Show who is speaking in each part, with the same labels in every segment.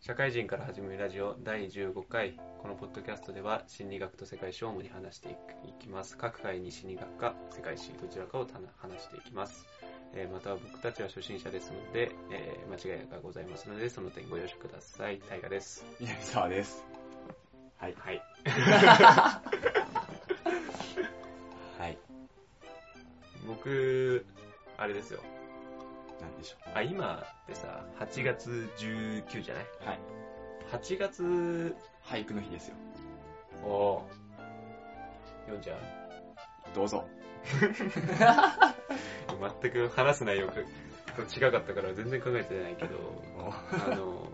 Speaker 1: 社会人から始めるラジオ第15回このポッドキャストでは心理学と世界史を主に話していきます各回に心理学か世界史どちらかをたな話していきます、えーまた僕たちは初心者ですので、えー間違いがございますのでその点ご容赦ください大河です
Speaker 2: 南沢です。はい。
Speaker 1: はい
Speaker 2: はい。
Speaker 1: 僕あれですよ
Speaker 2: なんでしょ。
Speaker 1: あ今ってさ8月19じゃないう
Speaker 2: はい。
Speaker 1: 8月
Speaker 2: 俳句の日ですよ。
Speaker 1: を読んじゃう
Speaker 2: どうぞ。
Speaker 1: 全く話す内容が違かったから全然考えてないけど、
Speaker 2: お
Speaker 1: あの、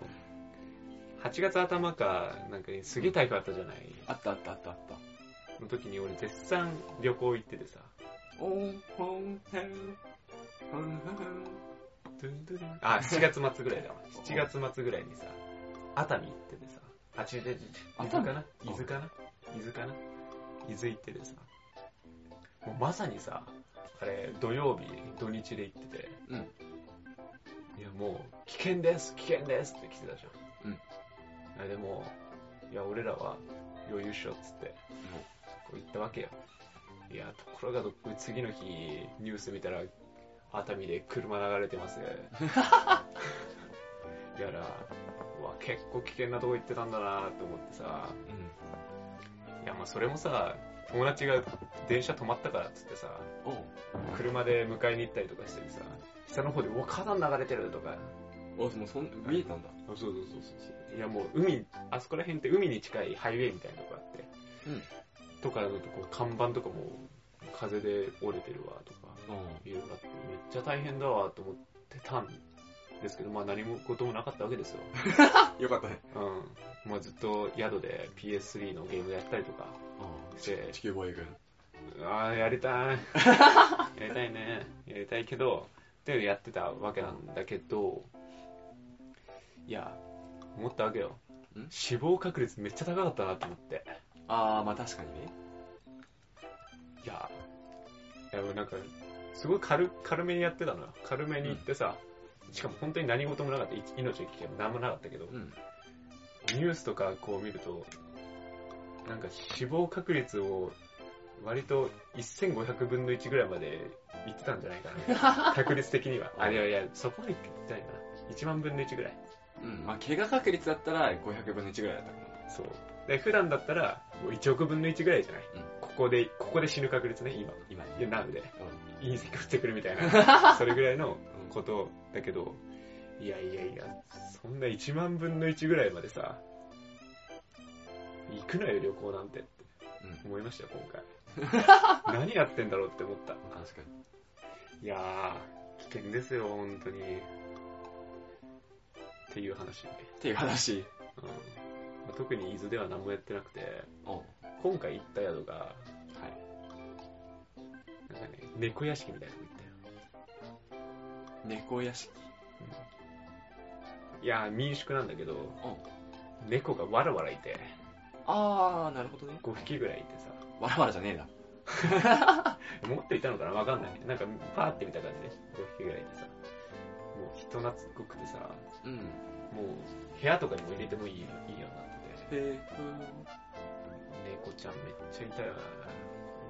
Speaker 1: 8月頭か、なんかねすげえ台風あったじゃない
Speaker 2: あったあったあったあった。
Speaker 1: の時に俺絶賛旅行行っててさ、
Speaker 2: おんほんへん。ほん
Speaker 1: ドゥンドゥルンあ、7月末ぐらいだわ。7月末ぐらいにさ、熱海行っててさ、あ、違う違う違う、伊豆かな伊豆かな伊豆かな伊豆行っててさ、もうまさにさ、あれ、土曜日、土日で行ってて、
Speaker 2: うん。
Speaker 1: いやもう、危険です、危険ですって来てたじゃん。
Speaker 2: うん
Speaker 1: あ。でも、いや俺らは余裕っしょっつって、こう言ったわけよ。いや、ところがどっこい次の日、ニュース見たら、熱海で車流れてます。 やら、うわ、結構危険なとこ行ってたんだなと思ってさ、いやまあそれもさ、友達が電車止まったからっつってさ、
Speaker 2: うん。
Speaker 1: 車で迎えに行ったりとかしててさ、下の方で、うわ、火山流れてるとか、
Speaker 2: おお、もうそん、見えたんだ。
Speaker 1: あそうそうそうそうそういやもう海あそこら辺って海に近いハイウェイみたいなとこあって
Speaker 2: うん。
Speaker 1: とかのとこ看板とかも風で折れてるわとか
Speaker 2: う
Speaker 1: いうのがあってめっちゃ大変だわと思ってたんですけどまあ何もこともなかったわけです よ
Speaker 2: ん。よかったね。
Speaker 1: うんまあずっと宿で PS3 のゲームやったりとか
Speaker 2: う
Speaker 1: して
Speaker 2: 地球防衛軍。
Speaker 1: ああやりたいやりたいねやりたいけどっていうのやってたわけなんだけどいや思ったわけよ
Speaker 2: ん
Speaker 1: 死亡確率めっちゃ高かったなと思って
Speaker 2: あー、まあ確かにね。
Speaker 1: いやいやなんかすごい軽軽めにやってたのよ軽めに行ってさ、しかも本当に何事もなかったい命の危険も何もなかったけど
Speaker 2: うん。
Speaker 1: ニュースとかこう見るとなんか死亡確率を割と1500分の1ぐらいまでいってたんじゃないか な確率的にはあいやいやそこまでいってないかな1万分の1ぐらい
Speaker 2: うん。まあ怪我確率だったら500分の1ぐらいだったかな。
Speaker 1: そうで普段だったらもう1億分の1ぐらいじゃない、
Speaker 2: うん
Speaker 1: ここでここで死ぬ確率ね今
Speaker 2: 今ね。
Speaker 1: いやなんで
Speaker 2: うん。
Speaker 1: 隕石降ってくるみたい なそれぐらいの
Speaker 2: うん
Speaker 1: ことだけどいやいやいやそんな1万分の1ぐらいまでさ行くなよ旅行なんてって
Speaker 2: うん。
Speaker 1: 思いましたよ 今回何やってんだろうって思った
Speaker 2: 確かに。
Speaker 1: いやー危険ですよ本当にっていう話、
Speaker 2: っていう話。
Speaker 1: うんまあ特に伊豆では何もやってなくて
Speaker 2: うん。は
Speaker 1: 今回行った宿が
Speaker 2: い。
Speaker 1: なんかね猫屋敷みたいなとこ行ったよ
Speaker 2: 猫屋敷。
Speaker 1: いやー民宿なんだけど
Speaker 2: うん。
Speaker 1: 猫がわらわらいて
Speaker 2: あー、なるほどね。
Speaker 1: 5匹ぐらいいてさ
Speaker 2: わらわらじゃねえな。
Speaker 1: 持っていたのかなわかんないなんかパーって見た感じで5匹ぐらいいてさもう人懐っこくてさ
Speaker 2: うん。
Speaker 1: もう部屋とかにも入れてもいいいいようになってて
Speaker 2: え
Speaker 1: 猫ちゃんめっちゃいたよな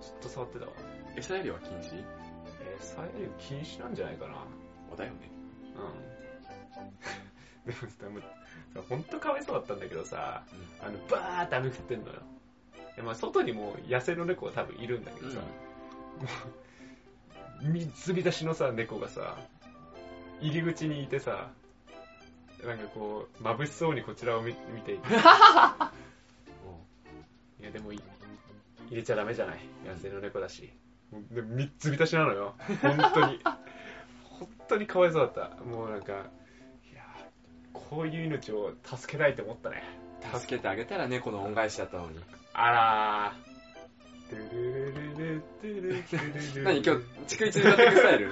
Speaker 1: ずっと触ってたわ
Speaker 2: ー、餌やりは禁止
Speaker 1: えー、サイレン禁止なんじゃないかな
Speaker 2: おだよね。
Speaker 1: うん でもさもうさほんとかわいそうだったんだけどさあのバーって雨降ってんのよでまあ外にも野生の猫は多分いるんだけ
Speaker 2: う
Speaker 1: ど
Speaker 2: ん
Speaker 1: さ、水浸しのさ猫がさ入り口にいてさなんかこう眩しそうにこちらを見見ていていやでもい入れちゃダメじゃない野生の猫だしもうで三つ浸しなのよ本当 に本当にかわいそうだったもうなんかいやこういう命を助けたいと思ったね
Speaker 2: 助けてあげたら猫の恩返しだったのに。
Speaker 1: あら ードゥルルルルドゥルルルル
Speaker 2: 何今日、逐一歌ってくスタイル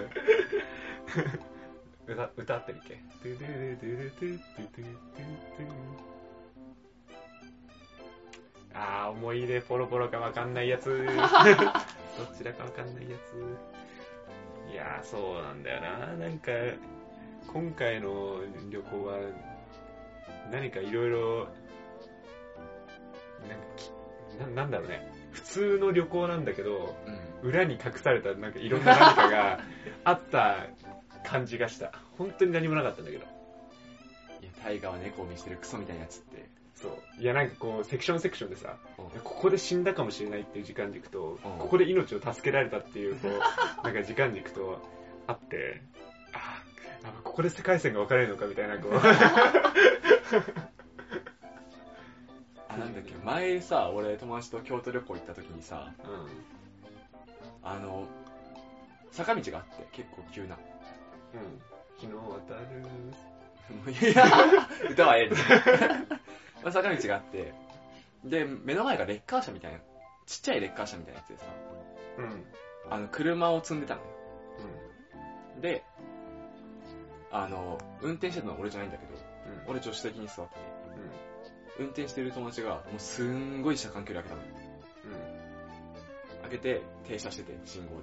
Speaker 1: 歌歌ってみてドゥドゥドゥドゥドゥドゥドゥドゥああ思い出ポロポロかわかんないやつどちらかわかんないやついやーそうなんだよななんか今回の旅行は何かいろいろ、なんかきな、なんだろうね。普通の旅行なんだけど、
Speaker 3: うん。
Speaker 1: 裏に隠されたなんかいろんな何かがあった感じがした。本当に何もなかったんだけど。
Speaker 3: いや、タイガーは猫を見してるクソみたいなやつって。
Speaker 1: そう。いや、なんかこう、セクションセクションでさ、
Speaker 3: おう
Speaker 1: ここで死んだかもしれないっていう時間軸と、
Speaker 3: うん
Speaker 1: ここで命を助けられたっていう、こう、なんか時間軸とあって、あーあ、ここで世界線が分かれるのかみたいな、こう。
Speaker 3: あ、なんだっけ、前さ、俺友達と京都旅行行った時にさ、
Speaker 1: うん。
Speaker 3: あの、坂道があって、結構急な。も
Speaker 1: うん。昨日渡る。
Speaker 3: う いや、歌はええで。 まあ坂道があって、で、目の前がレッカー車みたいな、ちっちゃいレッカー車みたいなやつでさ、
Speaker 1: うん。うん。
Speaker 3: あの、車を積んでたのよ。で、あの、運転してたの俺じゃないんだけど、俺助手席に座って、運転してる友達が、もうすんごい車間距離開けたのよ。
Speaker 1: うん。うん。
Speaker 3: 開けて、停車してて、信号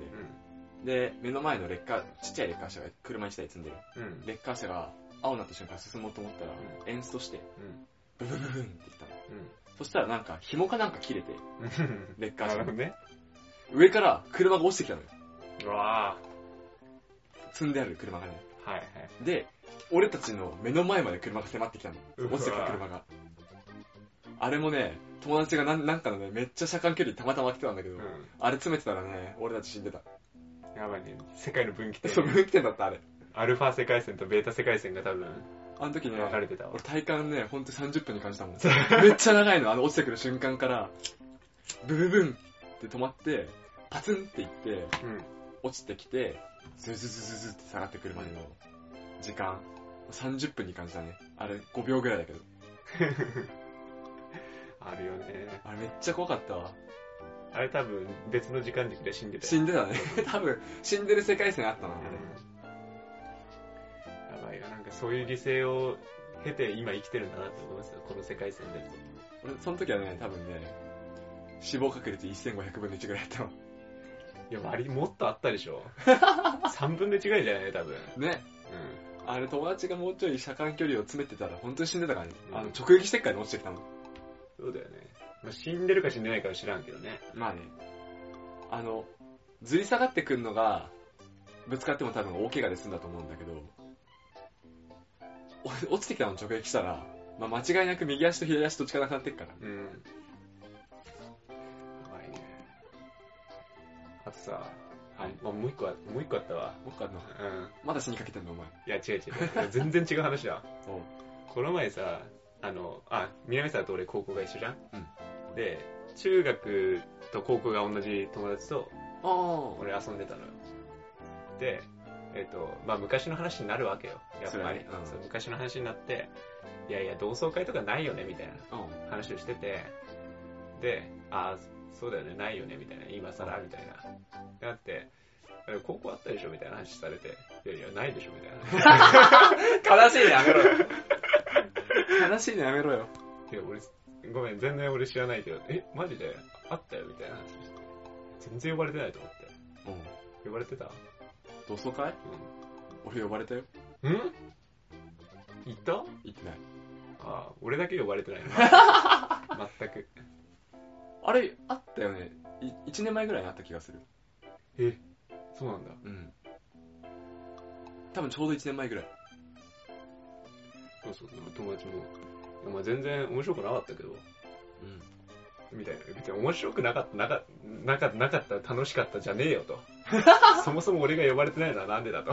Speaker 3: で。
Speaker 1: う
Speaker 3: で、目の前のレッカー、ちっちゃいレッカー車が車1台積んでる。
Speaker 1: ん。うん。
Speaker 3: レッカー車が青になった瞬間進もうと思ったら、
Speaker 1: う
Speaker 3: エンストして、ブブブブンって言った
Speaker 1: う
Speaker 3: の。そしたらなんか、紐かなんか切れて、
Speaker 1: ん。うん。
Speaker 3: レッカー
Speaker 1: なる
Speaker 3: 車
Speaker 1: ほど
Speaker 3: の。
Speaker 1: ね。
Speaker 3: 上から車が落ちてきたのよ。
Speaker 1: うわあ。
Speaker 3: 積んである車がね。
Speaker 1: はいはい。
Speaker 3: で、俺たちの目の前まで車が迫ってきたの。
Speaker 1: うわ
Speaker 3: 落ちてきた車が。あれもね、友達がなんなんかのね、めっちゃ車間距離たまたま来てたんだけど、
Speaker 1: う
Speaker 3: あれ詰めてたらね、俺たち死んでた。
Speaker 1: ん。やばいね。世界の分岐点。
Speaker 3: そう、分岐点だった、あれ。
Speaker 1: アルファ世界線とベータ世界線が多分、
Speaker 3: あの時ね、
Speaker 1: 分かれてたわ。
Speaker 3: 俺体感ね、ほんと30分に感じたもん。めっちゃ長いの、あの落ちてくる瞬間から、ブブブンって止まって、パツンっていって、
Speaker 1: うん。
Speaker 3: 落ちてきて、ズズズズズって下がってくるまでの時間。30分に感じたね。あれ5秒ぐらいだけど。
Speaker 1: あるよね。
Speaker 3: あれめっちゃ怖かったわ。
Speaker 1: あれ多分、別の時間軸で死んでたよ
Speaker 3: 死んでたね。 多分、死んでる世界線あったな、あれ。
Speaker 1: やばいよ、なんかそういう犠牲を経て今生きてるんだなって思いますよ、この世界線で。
Speaker 3: 俺、その時はね、多分ね、死亡確率1500分の1ぐらいだったの。
Speaker 1: いや、割りもっとあったでし ょ。3分の違いじゃない多分。
Speaker 3: ね。
Speaker 1: う
Speaker 3: あれ友達がもうちょい車間距離を詰めてたら本当に死んでたからね。
Speaker 1: うん
Speaker 3: あの、直撃してっからね落ちてきたの。
Speaker 1: ん。そうだよね。まあ、死んでるか死んでないかは知らんけどね。
Speaker 3: まあね。あの、ずり下がってくんのが、ぶつかっても多分大怪我で済んだと思うんだけど、お落ちてきたの直撃したら、まあ、間違いなく右足と左足どっちかなくなってっから。
Speaker 1: うん。やばいね。あとさ、
Speaker 3: はい
Speaker 1: あもう一個あ、もう一個あったわ。
Speaker 3: 僕あの、
Speaker 1: うん。
Speaker 3: まだ死にかけてんのお前。
Speaker 1: いや、違う違う。全然違う話だ。
Speaker 3: おう
Speaker 1: この前さ、あの、あ、南沢と俺高校が一緒じゃん、
Speaker 3: う
Speaker 1: で、中学と高校が同じ友達と
Speaker 3: あ
Speaker 1: 俺遊んでたのよ。で、えっ、と、まあ昔の話になるわけよ。やっぱ
Speaker 3: そうだ
Speaker 1: り。
Speaker 3: ねうん
Speaker 1: そう昔の話になって、いやいや、同窓会とかないよね、みたい
Speaker 3: あ。うん。
Speaker 1: な話をしてて、で、あーそうだよね、ないよね、みたいな、今更、みたいな。だって、あれ高校あったでしょみたいな話されて、いやいや、ないでしょみたいな。
Speaker 3: 悲しいのやめろ よ。悲しいのやめろよ。
Speaker 1: で、俺、ごめん、全然俺知らないけど、え、マジであったよみたいな話して。全然呼ばれてないと思って。
Speaker 3: うん。
Speaker 1: 呼ばれてた
Speaker 3: 同窓会俺呼ばれたよ。
Speaker 1: うん。んいた
Speaker 3: 行ってない。
Speaker 1: ああ、俺だけ呼ばれてないの。全く。
Speaker 3: あれ、あったよね。い1年前ぐらいにあった気がする。
Speaker 1: え、そうなんだ。
Speaker 3: うん。多分ちょうど1年前ぐらい。
Speaker 1: そうそう、友達も。いやまあ全然面白くなかったけど、
Speaker 3: うん。
Speaker 1: みたいな。別に面白くなかった、なかなかなかった、楽しかったじゃねえよと。そもそも俺が呼ばれてないのはなんでだと。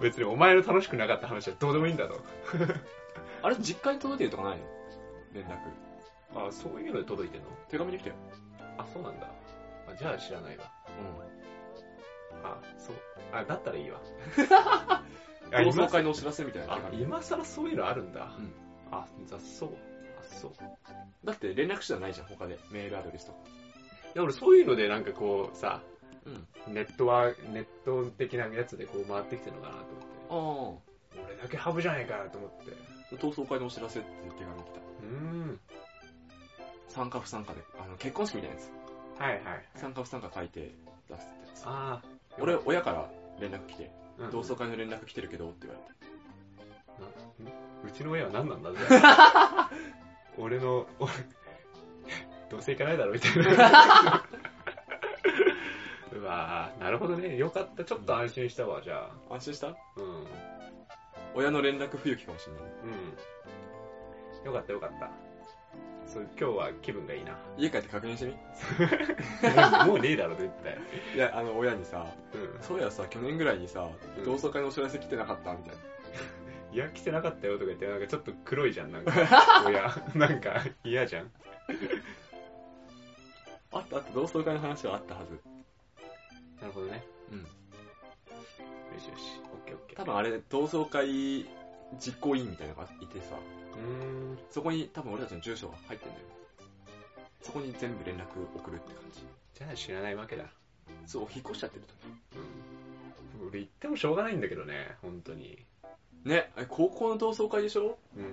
Speaker 1: 別にお前の楽しくなかった話はどうでもいいんだと。
Speaker 3: あれ、実家に届いてるとかないの連絡。
Speaker 1: あそういうので届いてんの
Speaker 3: 手紙できたよ。
Speaker 1: あ、そうなんだ。あじゃあ知らないわ。
Speaker 3: う。
Speaker 1: あ、そう。あ、だったらいいわ
Speaker 3: 同窓
Speaker 1: 今さ
Speaker 3: 会のお知らせみたいな
Speaker 1: あ
Speaker 3: 手、紙。
Speaker 1: 今更そういうのあるんだ。
Speaker 3: うん
Speaker 1: あ、じゃあそう。あ、そう。い
Speaker 3: だって連絡手段ないじゃん、他で。メールアドレスとか。
Speaker 1: や、俺そういうのでなんかこうさ、
Speaker 3: うん。
Speaker 1: ネットは、ネット的なやつでこう回ってきてるのかなと思
Speaker 3: あ
Speaker 1: って。俺だけハブじゃないかなと思って。
Speaker 3: あ。同窓会のお知らせって手紙来た。
Speaker 1: うーん。
Speaker 3: 参加不参加で。あの、結婚式みたいなやつ。
Speaker 1: はいはい。
Speaker 3: 参加不参加書いて出すってやつ。
Speaker 1: ああ。
Speaker 3: 俺、親から連絡来て、
Speaker 1: うん
Speaker 3: 同窓会の連絡来てるけどって言われて。
Speaker 1: ちの親は何なんだぜ俺の 俺どうせ行かないだろみたいなうわーなるほどねよかったちょっと安心したわじゃあ
Speaker 3: 安心した
Speaker 1: うんうん
Speaker 3: 親の連絡不行きかもしれない。
Speaker 1: よかったよかったそう今日は気分がいいな
Speaker 3: 家帰って確認してみ
Speaker 1: もうねえだろ絶対
Speaker 3: いや、あの、親にさ、
Speaker 1: うん
Speaker 3: そういやさ、去年ぐらいにさ、
Speaker 1: うん
Speaker 3: 同窓会のお知らせ来てなかったみたいな。
Speaker 1: いや、来てなかったよとか言って、なんかちょっと黒いじゃん、なんか。親、なんか嫌じゃん。
Speaker 3: あったあった、同窓会の話はあったはず。
Speaker 1: なるほどね。
Speaker 3: うん
Speaker 1: よしよし、オッケーオッケー。
Speaker 3: 多分あれ、同窓会実行委員みたいなのがいてさ、
Speaker 1: うーん、
Speaker 3: そこに多分俺たちの住所が入ってんだよ。そこに全部連絡送るって感じ。
Speaker 1: じゃあ知らないわけだ。
Speaker 3: そう、引っ越しちゃってると。
Speaker 1: うん。俺行ってもしょうがないんだけどね、本当に。
Speaker 3: ね、あれ高校の同窓会でしょ
Speaker 1: うん。
Speaker 3: い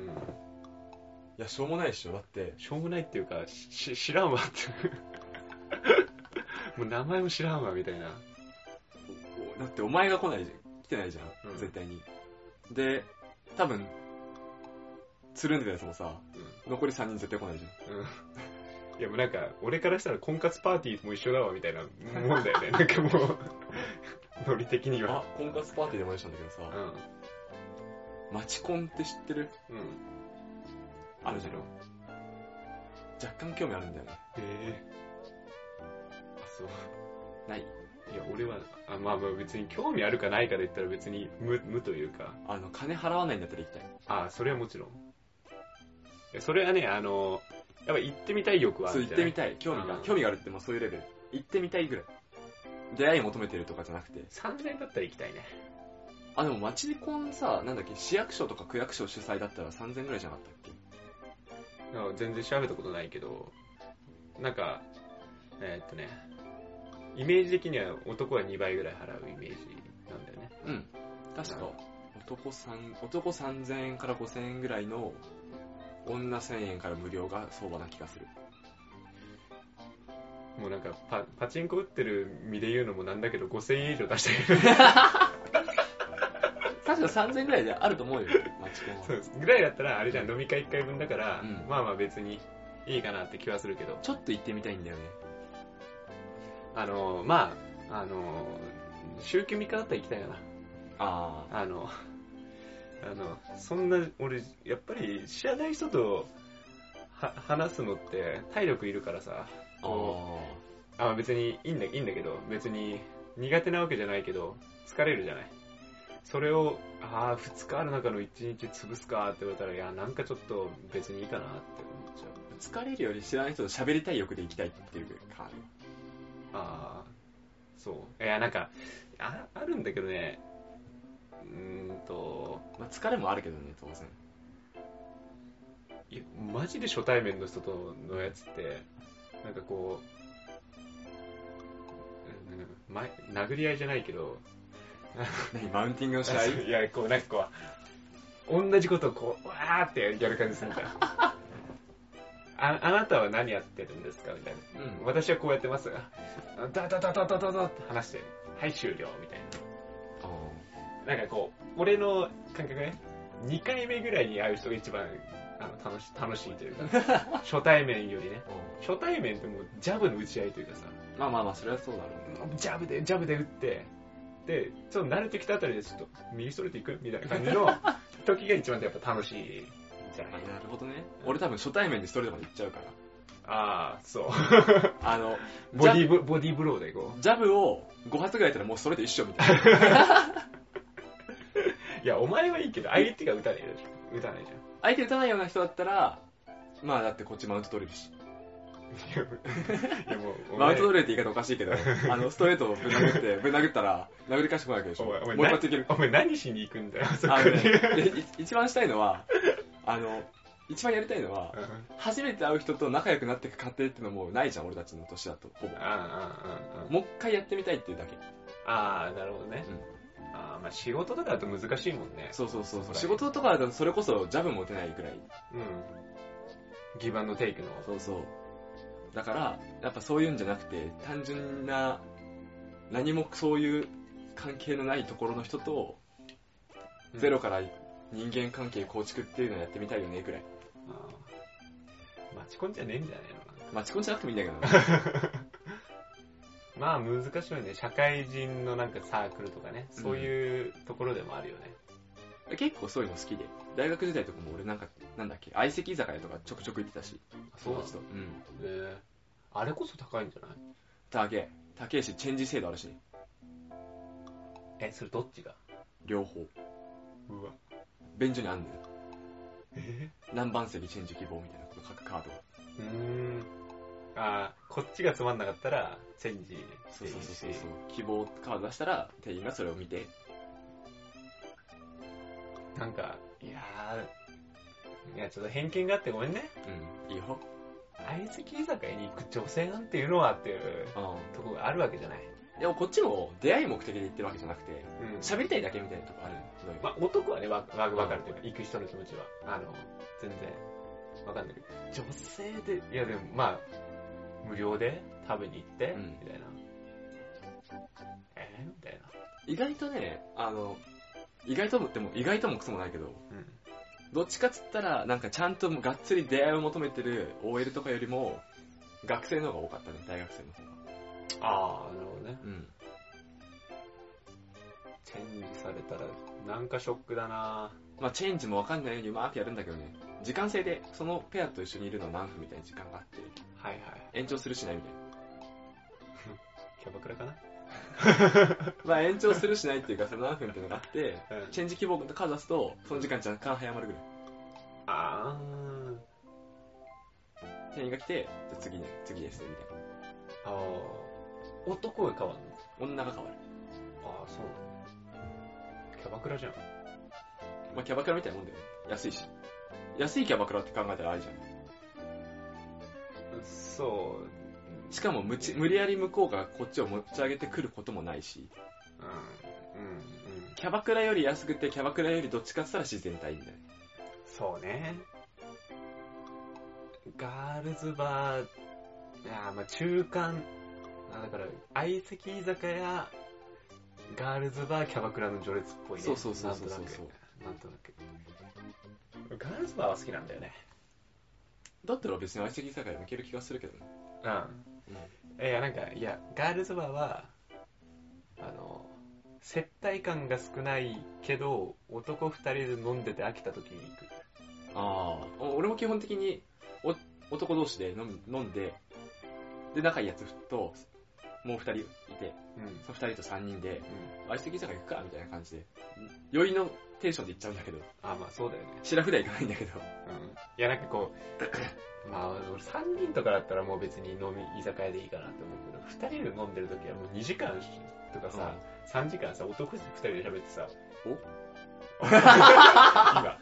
Speaker 3: や、しょうもないでしょ。だって、
Speaker 1: しょうもないっていうか、しし知らんわ って。もう名前も知らんわ、みたいな。
Speaker 3: だってお前が来ないじゃん。来てないじゃん。
Speaker 1: うん
Speaker 3: 絶対に。で、多分、つるんでたやつもさ、残り3人絶対来ないじゃん。
Speaker 1: いや、もうなんか、俺からしたら婚活パーティーも一緒だわ、みたいなもんだ よね。なんかもう、ノリ的に
Speaker 3: あ
Speaker 1: は。、
Speaker 3: 婚活パーティーで思い出したんだけど
Speaker 1: う
Speaker 3: さ、
Speaker 1: ん。
Speaker 3: マチコンって知ってる
Speaker 1: うん。
Speaker 3: あるじゃん
Speaker 1: へ。
Speaker 3: 若干興味あるんだよね。
Speaker 1: えあ、そう。
Speaker 3: ない
Speaker 1: いや、俺は、あまあまあ別に興味あるかないかで言ったら別に無無というか、
Speaker 3: あの、金払わないんだったら行きたい。
Speaker 1: あそれはもちろん。いやそれはね、あの、やっぱ行ってみたい欲はあ
Speaker 3: そう、
Speaker 1: るじ
Speaker 3: 行っ
Speaker 1: ゃな
Speaker 3: て
Speaker 1: い
Speaker 3: みたい。興味が
Speaker 1: う。ん
Speaker 3: 興味があるってもうそういうレベル。行ってみたいぐらい。出会い求めてるとかじゃなくて。
Speaker 1: 3年だったら行きたいね。
Speaker 3: あ、でもマチコンさ、なんだっけ、市役所とか区役所主催だったら3000ぐらいじゃなかったっけ
Speaker 1: だから全然調べたことないけど、なんか、えーっとね、イメージ的には男は2倍ぐらい払うイメージなんだよね。
Speaker 3: うん。確か、男三男3000円から5000円ぐらいの、女1000円から無料が相場な気がする。
Speaker 1: もうなんかパ、パチンコ打ってる身で言うのもなんだけど、5000円以上出して る。
Speaker 3: 確か3000円ぐらいであると思うよ、マチコンは
Speaker 1: そうですぐらいだったら、あれじゃん、飲み会1回分だから、
Speaker 3: うん
Speaker 1: まあまあ別にいいかなって気はするけど、
Speaker 3: ちょっと行ってみたいんだよね。
Speaker 1: あの、まあ、あの、週休3日だったら行きたいかな。
Speaker 3: あ
Speaker 1: あの、あの、そんな、俺、やっぱり知らない人とは話すのって体力いるからさ、
Speaker 3: あー。
Speaker 1: あ、別にいいんだいいんだけど、別に苦手なわけじゃないけど、疲れるじゃない。それを、ああ、2日ある中の1日潰すかって言われたら、いや、なんかちょっと別にいいかなって思っちゃう。
Speaker 3: 疲れるより知らない人と喋りたい欲で行きたいっていうか、ある
Speaker 1: ああ、そう。いや、なんか、ああるんだけどね、うーんと、
Speaker 3: まあ、疲れもあるけどね、当然。
Speaker 1: いやマジで初対面の人とのやつって、なんかこう、うんなんか前殴り合いじゃないけど、
Speaker 3: 何マウンティングの試合
Speaker 1: いや、こう、なんかこう、同じことをこう、わーってやる感じするじゃん。 ああなたは何やってるんですかみたいな。
Speaker 3: うん。
Speaker 1: 私はこうやってます。ダダダダダダダって話して、はい、終了、みたいな。
Speaker 3: あ
Speaker 1: なんかこう、俺の感覚ね、2回目ぐらいに会う人が一番あの楽し楽しいというか、 初対面よりね。初対面ってもうジャブの打ち合いというかさ、
Speaker 3: ーまあまあまあ、それはそうだろうね。
Speaker 1: ジャブで、ジャブで打って、で、ちょっと慣れてきたあたりでちょっと右ストレート行くみたいな感じ の時が一番やっぱ楽しいじゃない
Speaker 3: なるほどね。俺多分初対面でストレートまで行っちゃうから。
Speaker 1: ああ、そう。
Speaker 3: あの、
Speaker 1: ボディーブ、ボディーブローでこ
Speaker 3: ジャブを5発ぐらいやったらもうストレート一緒みたいな。
Speaker 1: う。いや、お前はいいけど、相手が打たないじゃん。打たないじゃん。
Speaker 3: 相手打たないような人だったら、まあだってこっちマウント取れるし。
Speaker 1: いや、もう、お
Speaker 3: マウ
Speaker 1: 前
Speaker 3: ント取れるって言い方おかしい けど、あの、ストレートをぶん殴って、ぶん殴ったら、殴り返してこないわけでしょ。
Speaker 1: お
Speaker 3: もう
Speaker 1: 前お前
Speaker 3: 一発いける。
Speaker 1: お前何しに行くんだよ、そこ
Speaker 3: あの
Speaker 1: に。
Speaker 3: ね、でい一番したいのは、あの、一番やりたいのは
Speaker 1: う、ん
Speaker 3: 初めて会う人と仲良くなっていく過程ってのもうないじゃん、俺たちの年だと、ほぼ。
Speaker 1: あああああ
Speaker 3: もう一回やってみたいっていうだけ。
Speaker 1: あああ、なるほどね。
Speaker 3: うん
Speaker 1: ああまあ仕事とかだと難しいもんね。
Speaker 3: そうそう
Speaker 1: そ
Speaker 3: そうそうう。
Speaker 1: だね
Speaker 3: 仕事とかだとそれこそジャブも打てないぐらい。
Speaker 1: うん。ギブアンドテイクの。
Speaker 3: そうそう。だから、やっぱそういうんじゃなくて、単純な、何もそういう関係のないところの人と、ゼロから人間関係構築っていうのやってみたいよね、くらい。
Speaker 1: ああ。マチコンじゃねえんじゃねえのかな。
Speaker 3: マチコンじゃなくてもいいんだけ どね。
Speaker 1: まあ難しいよね。社会人のなんかサークルとかね。そういうところでもあるよね。
Speaker 3: 結構そういうの好きで。大学時代とかも俺なんか、なんだっけ、相席居酒屋とかちょくちょく行ってたし。
Speaker 1: そうなんだ
Speaker 3: 友達と。うん。
Speaker 1: へえあれこそ高いんじゃない
Speaker 3: 高え。高えし、チェンジ制度あるしね。
Speaker 1: え、それどっちが
Speaker 3: 両方。
Speaker 1: うわ。
Speaker 3: 便所にあんのよ。何番席チェンジ希望みたいなこと書くカード。
Speaker 1: うーん。ああ、こっちがつまんなかったら、チェンジでいいし。
Speaker 3: そうそうそうそうそう。希望カード出したら、店員がそれを見て、
Speaker 1: なんか、いやー、いや、ちょっと偏見があってごめんね。
Speaker 3: うん、いいよ。
Speaker 1: 相席居酒屋に行く女性なんていうのはっていう
Speaker 3: う
Speaker 1: とこがあるわけじゃない。
Speaker 3: ん。でもこっちも出会い目的で行ってるわけじゃなくて、
Speaker 1: うん。
Speaker 3: 喋りたいだけみたいなとこあるのどういう
Speaker 1: まあ、男はね、わわわかるというか、行く人の気持ちは、あの、全然わかんないけど、女性で、いやでもまあ、無料で食べに行って、
Speaker 3: うん
Speaker 1: みたいな。えー、みたいな。
Speaker 3: 意外とね、あの、意外とも、でも意外ともクソもないけど、どっちかっつったら、なんかちゃんとがっつり出会いを求めてる OL とかよりも、学生の方が多かったね、大学生の方が。
Speaker 1: ああ、なるほどね。
Speaker 3: うん。
Speaker 1: チェンジされたら、なんかショックだな
Speaker 3: まあチェンジもわかんないようにうまくやるんだけどね、時間制で、そのペアと一緒にいるの何分みたいな時間があって、
Speaker 1: はいはい。
Speaker 3: 延長するしないみたいな。
Speaker 1: キャバクラかな
Speaker 3: まあ延長するしないっていうか、その何分っていうのがあって、
Speaker 1: うん。
Speaker 3: チェンジ希望とカード出すと、その時間若干早まるぐらい。
Speaker 1: あ
Speaker 3: 店員が来て、じゃあ次ね、次ですね、みたいな。
Speaker 1: あ。ああ。男が変わんの
Speaker 3: 女が変わる。
Speaker 1: ああ、そうなんだ。キャバクラじゃん。
Speaker 3: まあキャバクラみたいなもんだよね。安いし。安いキャバクラって考えたらありじゃん。
Speaker 1: そう。
Speaker 3: しかも無知無理やり向こうがこっちを持ち上げてくることもないし、
Speaker 1: うん。うん。うん。
Speaker 3: キャバクラより安くて、キャバクラよりどっちかって言ったら自然体みたいな。
Speaker 1: そうね。ガールズバー、あーまあ中間、あだから、相席居酒屋、ガールズバー、キャバクラの序列っぽいね。
Speaker 3: そうそうそうそうそう
Speaker 1: なんとなく。なんとなく。ガールズバーは好きなんだよね。
Speaker 3: だったら別に相席居酒屋向ける気がするけどね。
Speaker 1: うん。いや、なんか、いや、ガールズバーは、あの、接待感が少ないけど、男二人で飲んでて飽きた時に行く。
Speaker 3: ああ。俺も基本的にお男同士で飲む飲んで、で、仲いいやつと、もう二人いて、
Speaker 1: うん。うん。
Speaker 3: その二人と三人で、相席居酒屋行くかみたいな感じで、余韻のテンションで行っちゃうんだけど、
Speaker 1: あ、まあそうだよね。
Speaker 3: シラフでは行かないんだけど。
Speaker 1: うん いや、なんかこう、まあ、俺3人とかだったらもう別に飲み、居酒屋でいいかなって思うけど、2人で飲んでる時はもう2時間とかさ、3時間さ、男2人で喋ってさ、
Speaker 3: お
Speaker 1: 今、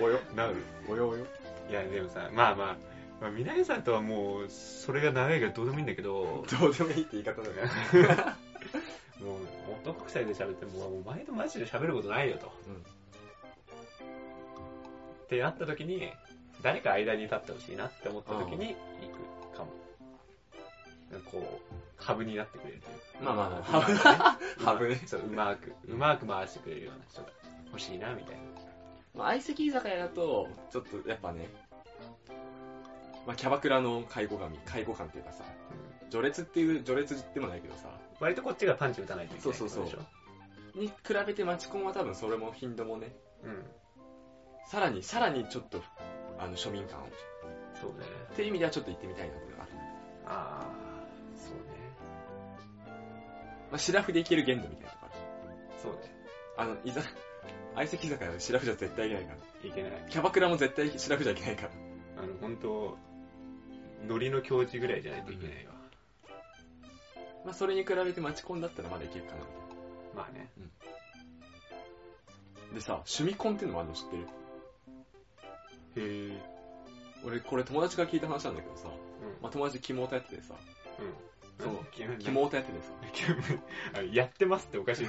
Speaker 3: およ、
Speaker 1: なる。
Speaker 3: およおよ。
Speaker 1: いや、でもさ、まあまあ、まあ、南さんとはもう、それが長いからどうでもいいんだけど、
Speaker 3: どうでもいいって言い方だね。
Speaker 1: もう、男2人で喋っても、もう前とマジで喋ることないよと。
Speaker 3: うん
Speaker 1: ってなった時に、誰か間に立ってほしいなって思った時に、行くかも。なんかこう、ハブになってくれるという
Speaker 3: まあまあまあ、
Speaker 1: か。うまくね
Speaker 3: ハブね。
Speaker 1: そう、うまく、うまく回してくれるような人が欲しいな、みたいな。
Speaker 3: まあ、相席居酒屋だと、ちょっとやっぱね、まあ、キャバクラの介護神、介護感っていうかさ、序列っていう序列でもないけどさ、
Speaker 1: 割とこっちがパンチ打たないといけない
Speaker 3: そうそうそう
Speaker 1: ってこと
Speaker 3: に比べてマチコンは多分それも頻度もね、
Speaker 1: でしょ。うん。
Speaker 3: さらに、さらにちょっと、あの、庶民感を。っ
Speaker 1: そうだね。
Speaker 3: ていう意味ではちょっと行ってみたいなっていうのがある。
Speaker 1: ああ、そうね。
Speaker 3: まあ、シラフで行ける限度みたいなとこ
Speaker 1: そうね。
Speaker 3: ある。あの、いざ、相席居酒屋はシラフじゃ絶対いけないから。
Speaker 1: いけない。
Speaker 3: キャバクラも絶対シラフじゃいけないから。
Speaker 1: あの、本当ノリの境地ぐらいじゃないといけないわ。
Speaker 3: まあ、それに比べてマチコンだったらまだいけるかなみたい
Speaker 1: まあね。
Speaker 3: な。でさ、趣味コンっていうのもあるの知ってる
Speaker 1: へえ。
Speaker 3: 俺、これ友達から聞いた話なんだけどさ、
Speaker 1: うん。
Speaker 3: まあ、友達キモータやっててさ、
Speaker 1: うん。
Speaker 3: そう
Speaker 1: キモ
Speaker 3: キモータやっててさ、
Speaker 1: あやってますっておかしいね。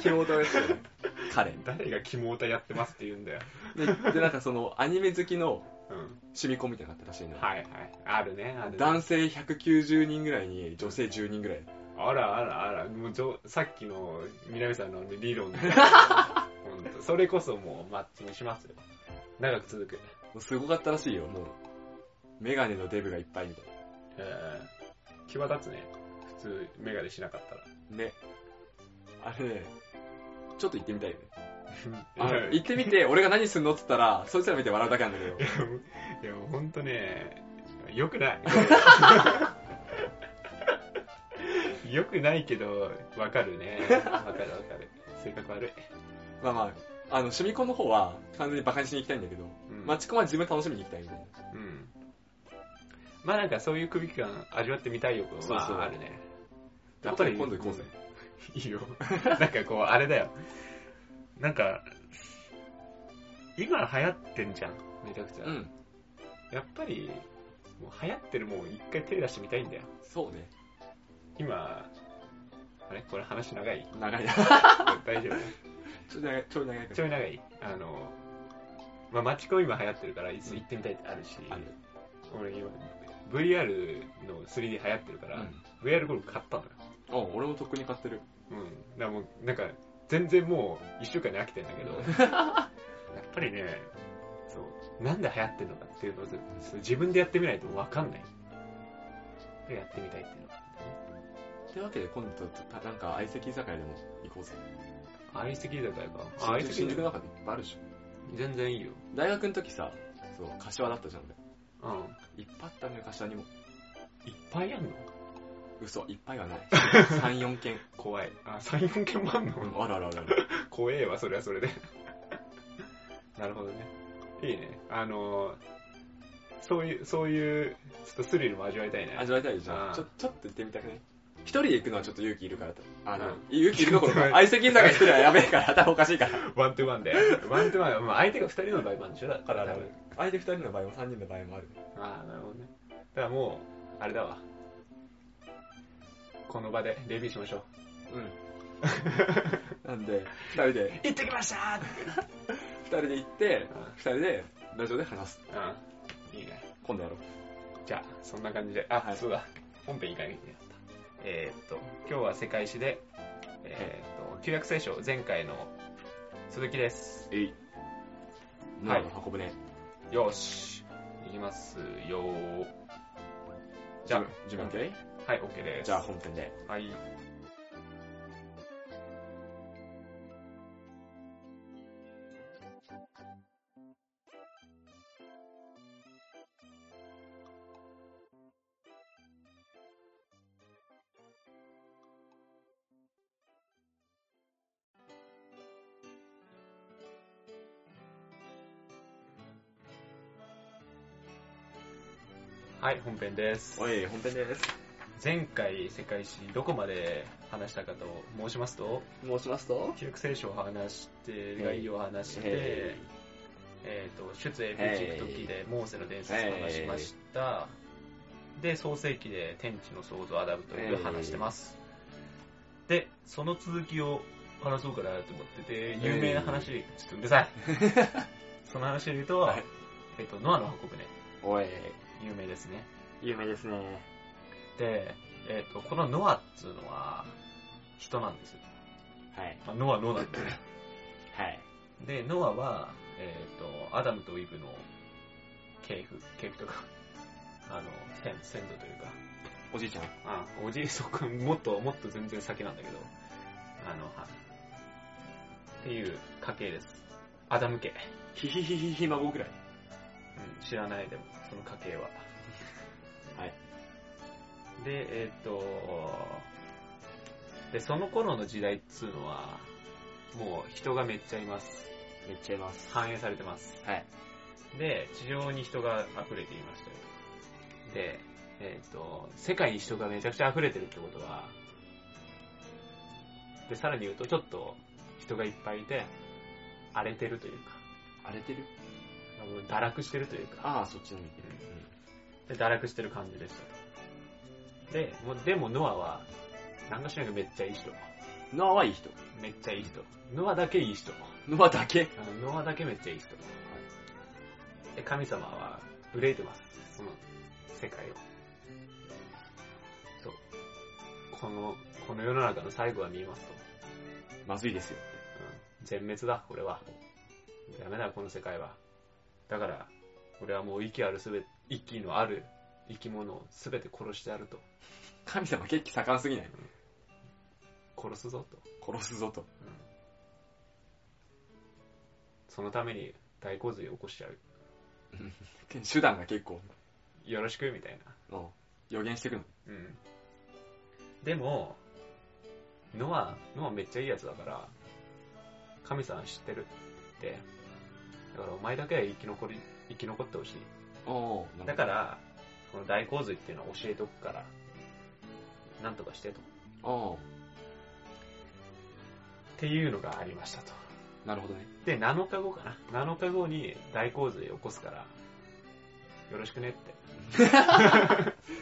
Speaker 3: キモータやってて、 彼。
Speaker 1: 誰がキモータやってますって言うんだよ。
Speaker 3: で、でなんかその、アニメ好きの
Speaker 1: うん。
Speaker 3: 趣味コンみたいなのがあったらしいのよ。
Speaker 1: はいはい。あるね、あるね。
Speaker 3: 男性190人ぐらいに女性10人ぐらい。
Speaker 1: あらあらあら、もうじょさっきの南さんの理論で。ほんとそれこそもうマッチにしますよ。長く続く。
Speaker 3: もうすごかったらしいよ、もう。メガネのデブがいっぱいみたい
Speaker 1: えー、際立つね。普通、メガネしなかったら。
Speaker 3: な。ね。あれね、ちょっと行ってみたいよね。あ
Speaker 1: あ
Speaker 3: の
Speaker 1: い
Speaker 3: 行ってみて、俺が何すんのって言ったら、そいつら見て笑うだけなんだけど。
Speaker 1: や、もうほんとね、良く ない。良くないけど、わかるね。わかるわかる。性格悪い。
Speaker 3: まあまあ、あの、趣味コンの方は完全に馬鹿にしに行きたいんだけど、
Speaker 1: うん
Speaker 3: マチコンは自分楽しみに行きたいみたいな。
Speaker 1: うん。まあなんかそういう空気感味わってみたいよ、
Speaker 3: そうそう
Speaker 1: まああるね。
Speaker 3: やっぱり今度行こうぜ。
Speaker 1: いいよ。 なんかこう、あれだよ。なんか、今流行ってんじゃん、めちゃくちゃ。
Speaker 3: うん。
Speaker 1: やっぱり、もう流行ってるもん一回手出してみたいんだよ。
Speaker 3: そうね。
Speaker 1: 今、あれこれ話長 い
Speaker 3: 長いな。
Speaker 1: 大丈夫
Speaker 3: ちょい長い、ちょい長いけ
Speaker 1: ち
Speaker 3: ど。
Speaker 1: ょい長いあの、まあ、マチコン今流行ってるから、いつ行ってみたいってあるし、
Speaker 3: あの、
Speaker 1: 俺今、VR の 3D 流行ってるから、VR ゴルフ買ったのよ。
Speaker 3: うん。お俺もとっくに買ってる。
Speaker 1: うん。だからもう、なんか、全然もう、一週間で飽きてんだけど、 やっぱりね、そう、なんで流行ってんのかっていうのをず、そう自分でやってみないとわかんない。で、やってみたいっていうのが。
Speaker 3: ってわけで今度た、なんか相席居酒屋でも行こうぜ。
Speaker 1: 相席居酒屋か。あ
Speaker 3: 新
Speaker 1: 相
Speaker 3: 宿
Speaker 1: 席
Speaker 3: 新
Speaker 1: 居
Speaker 3: 宿
Speaker 1: 酒屋
Speaker 3: の中でいっぱいあるでしょ。
Speaker 1: 全然いいよ。
Speaker 3: 大学の時さ、そう、柏だったじゃん、俺。
Speaker 1: うん。
Speaker 3: いっぱいあったんだよ、柏にも。
Speaker 1: いっぱいあんの
Speaker 3: 嘘、いっぱい はない。3、4件。
Speaker 1: 怖い。あ、3、4件もあんの、
Speaker 3: うんあるあるあるある。
Speaker 1: 怖えわ、それはそれで。 なるほどね。いいね。あのー、そういう、そういう、ちょっとスリルも味わいたいね。
Speaker 3: 味わいたいじゃ
Speaker 1: あ
Speaker 3: ん。
Speaker 1: ー
Speaker 3: ちょ、ちょっと行ってみたくない一人で行くのはちょっと勇気いるからと。あの
Speaker 1: うん、
Speaker 3: 勇気いるどころ か、相席居酒屋一人はやべえから、頭おかしいから。
Speaker 1: ワントゥーワンで。ワントゥーワン、まあ、相手が2人の場合もあるんでしょだから多分。
Speaker 3: 相手二人の場合も三人の場合もある。
Speaker 1: ああ、なるほどね。だからもう、あれだわ。この場でレビューしましょう。
Speaker 3: うん。 なんで、二人で、
Speaker 1: 行ってきましたー
Speaker 3: 二人で行って
Speaker 1: うん、
Speaker 3: 二人で、ラジオで話す。
Speaker 1: うん。いいね。
Speaker 3: 今度やろう。
Speaker 1: じゃあ、そんな感じで。あ、
Speaker 3: はい
Speaker 1: そうだ。本編行かなきゃいけなかった。えー、っと、今日は世界史で、えー、っと、旧約聖書、前回の鈴木です。
Speaker 3: えい。
Speaker 1: は
Speaker 3: はいい。運ぶね。
Speaker 1: よーし。行きますよー。じ
Speaker 3: じゃ
Speaker 1: ゃ
Speaker 3: あ
Speaker 1: あ、、
Speaker 3: 自分 OK?
Speaker 1: はい、OK です。
Speaker 3: じゃあ本編で。
Speaker 1: はい。はい、本編です。
Speaker 3: おい、本編です。
Speaker 1: 前回世界史どこまで話したかと申しますと
Speaker 3: 申しますと
Speaker 1: 旧約聖書を話して
Speaker 3: い
Speaker 1: 概要を話して、
Speaker 3: え
Speaker 1: えー、と出エジプト記でモーセの伝説を話しました、で創世記で天地の創造アダムという話してます、でその続きを話そうかなと思ってて有名な話、ちょっとうる さいその話で言うと、
Speaker 3: はい
Speaker 1: えっとノアの箱舟
Speaker 3: おい、
Speaker 1: 有名ですね
Speaker 3: 有名ですね。
Speaker 1: で、えっとこのノアっつうのは人なんですよ
Speaker 3: はい。
Speaker 1: まあ、ノアノアだったね。
Speaker 3: はい。
Speaker 1: で、ノアは、えっ、と、アダムとイブの系譜、系譜とか、あの、先先祖というか、
Speaker 3: おじいちゃん。
Speaker 1: あ、おじいそこ、もっと、もっと全然先なんだけど、あの、はい。っていう家系です。アダム家。
Speaker 3: ひひひひひ孫ぐらい。
Speaker 1: うん、知らないでも、その家系は。
Speaker 3: はい。
Speaker 1: で、えっ、と、で、その頃の時代っつうのは、もう人がめっちゃいます。
Speaker 3: めっちゃいます。
Speaker 1: 反映されてます。
Speaker 3: はい。
Speaker 1: で、地上に人が溢れていましたよ。で、えっ、と、世界に人がめちゃくちゃ溢れてるってことは、で、さらに言うと、ちょっと人がいっぱいいて、荒れてるというか、
Speaker 3: 荒れてる
Speaker 1: もう堕落してるというか、
Speaker 3: ああ、そっちの見てる。
Speaker 1: で堕落してる感じでしたと。で、もうでもノアは、何かしらがめっちゃいい人。
Speaker 3: うん。ノアはいい人。
Speaker 1: めっちゃいい人。ノアだけいい人。
Speaker 3: ノアだけ。
Speaker 1: あのノアだけめっちゃいい人。で、神様は憂いてます。その世界を。そう。この、この世の中の最後は見えますと。
Speaker 3: まずいですよ。
Speaker 1: うん全滅だ、俺は。ダメだ、この世界は。だから、俺はもう息あるすべて、息のある生き物をすべて殺してやると。
Speaker 3: 神様血気盛んすぎない
Speaker 1: 殺すぞと。
Speaker 3: 殺すぞと。
Speaker 1: そのために大洪水を起こしちゃう。
Speaker 3: 手段が結構、
Speaker 1: よろしく、みたいな。
Speaker 3: うん予言してくの。
Speaker 1: うん。でも、ノア、ノアめっちゃいいやつだから、神さん知ってるって言って、だからお前だけは生き残り、生き残ってほしい。
Speaker 3: おー
Speaker 1: だ
Speaker 3: なる
Speaker 1: から、この大洪水っていうのは教えとくから、なんとかしてと。っ
Speaker 3: ほど。お
Speaker 1: ていうのがありましたと。
Speaker 3: ーなるほどね。
Speaker 1: で、7日後かな。7日後に大洪水起こすから、よろしくねって。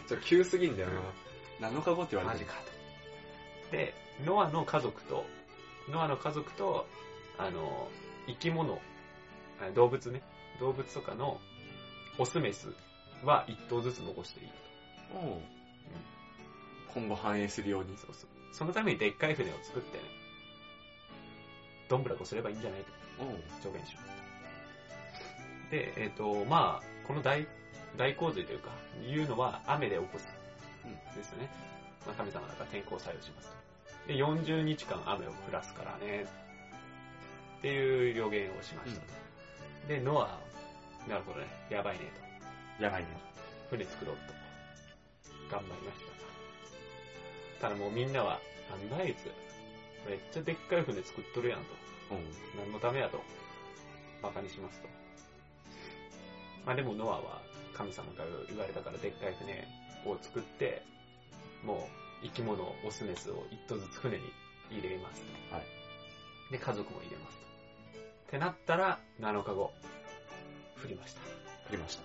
Speaker 3: ちょ、急すぎんだよな。7日後って言わ
Speaker 1: マ
Speaker 3: れ
Speaker 1: ジ
Speaker 3: てる。
Speaker 1: かと。で、ノアの家族と、ノアの家族と、あの、生き物、あ動物ね、動物とかのオスメスは1頭ずつ残していいと。
Speaker 3: おー今後反映するように。そうそう。
Speaker 1: そのためにでっかい船を作って、どんぶらこすればいいんじゃないと。
Speaker 3: おー
Speaker 1: 上限します。で、えっ、と、まあ、この大、大洪水というか、いうのは雨で起こす。
Speaker 3: う
Speaker 1: ですよね。まあ、神様だから天候作用しますと。で、40日間雨を降らすからね。っていう予言をしましたと。で、ノア、なるほどね、やばいね
Speaker 3: やばいね。
Speaker 1: と。船作ろうと。頑張りました。ただもうみんなは、なんだあいつ。めっちゃでっかい船作っとるやんと。
Speaker 3: おー
Speaker 1: 何のためやと、馬鹿にしますと。まあでもノアは神様から言われたからでっかい船を作って、もう生き物、オスメスを一頭ずつ船に入れますと。
Speaker 3: はい
Speaker 1: で、家族も入れますと。ってなったら、7日後、降りました。
Speaker 3: 降りました。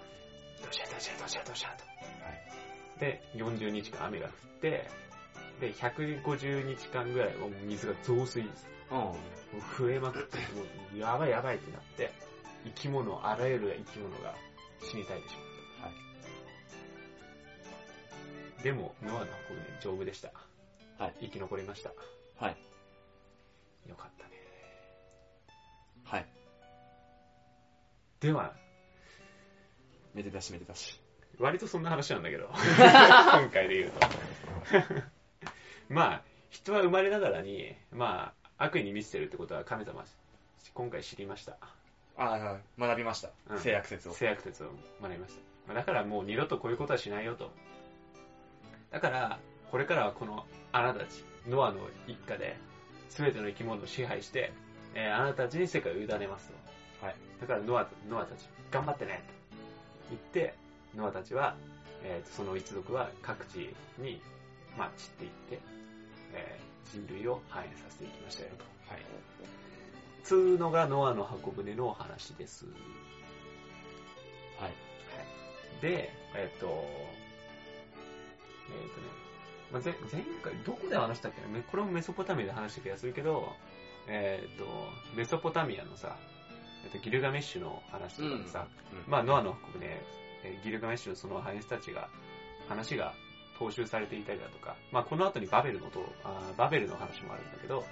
Speaker 1: どしゃどしゃどしゃどしゃと。
Speaker 3: はい
Speaker 1: で、40日間雨が降って、で、150日間ぐらいはもう水が増水です。
Speaker 3: おー
Speaker 1: もう増えまくって、もうやばいやばいってなって、生き物、あらゆる生き物が死に絶えてしまった。。
Speaker 3: はい
Speaker 1: でも、ノアの箱舟、丈夫でした。
Speaker 3: はい。
Speaker 1: 生き残りました。
Speaker 3: はい。
Speaker 1: よかったね。
Speaker 3: はい。
Speaker 1: では、
Speaker 3: めでたしめでたし。
Speaker 1: 割とそんな話なんだけ ど、今回で言うと。 まあ、人は生まれながらに、まあ、悪意に満ちてるってことは神様、今回知りました。
Speaker 3: ああ、学びました
Speaker 1: うん
Speaker 3: 制約説を。
Speaker 1: 制約説を学びました。まあだからもう二度とこういうことはしないよと。だから、これからはこのあなたたち、ノアの一家で、すべての生き物を支配して、えーあなたたちに世界を委ねますと。
Speaker 3: はい。
Speaker 1: だからノア、ノアたち、頑張ってねと言って、ノアたちは、えーとその一族は各地に、まあ、散っていって、えー人類を繁栄させていきましたよと。
Speaker 3: はい。
Speaker 1: つうのがノアの箱舟のお話です。
Speaker 3: はい。
Speaker 1: で、えっと、えっとね、まあ、前前回、どこで話したっけなめこれもメソポタミアで話した気がするけど、えっと、メソポタミアのさ、えっと、ギルガメッシュの話とかでさ、
Speaker 3: うん
Speaker 1: まあ、ノアの国ね、えーギルガメッシュのそのハネスたちが、話が踏襲されていたりだとか、まあ、この後にバベルのと、あーバベルの話もあるんだけど、
Speaker 3: う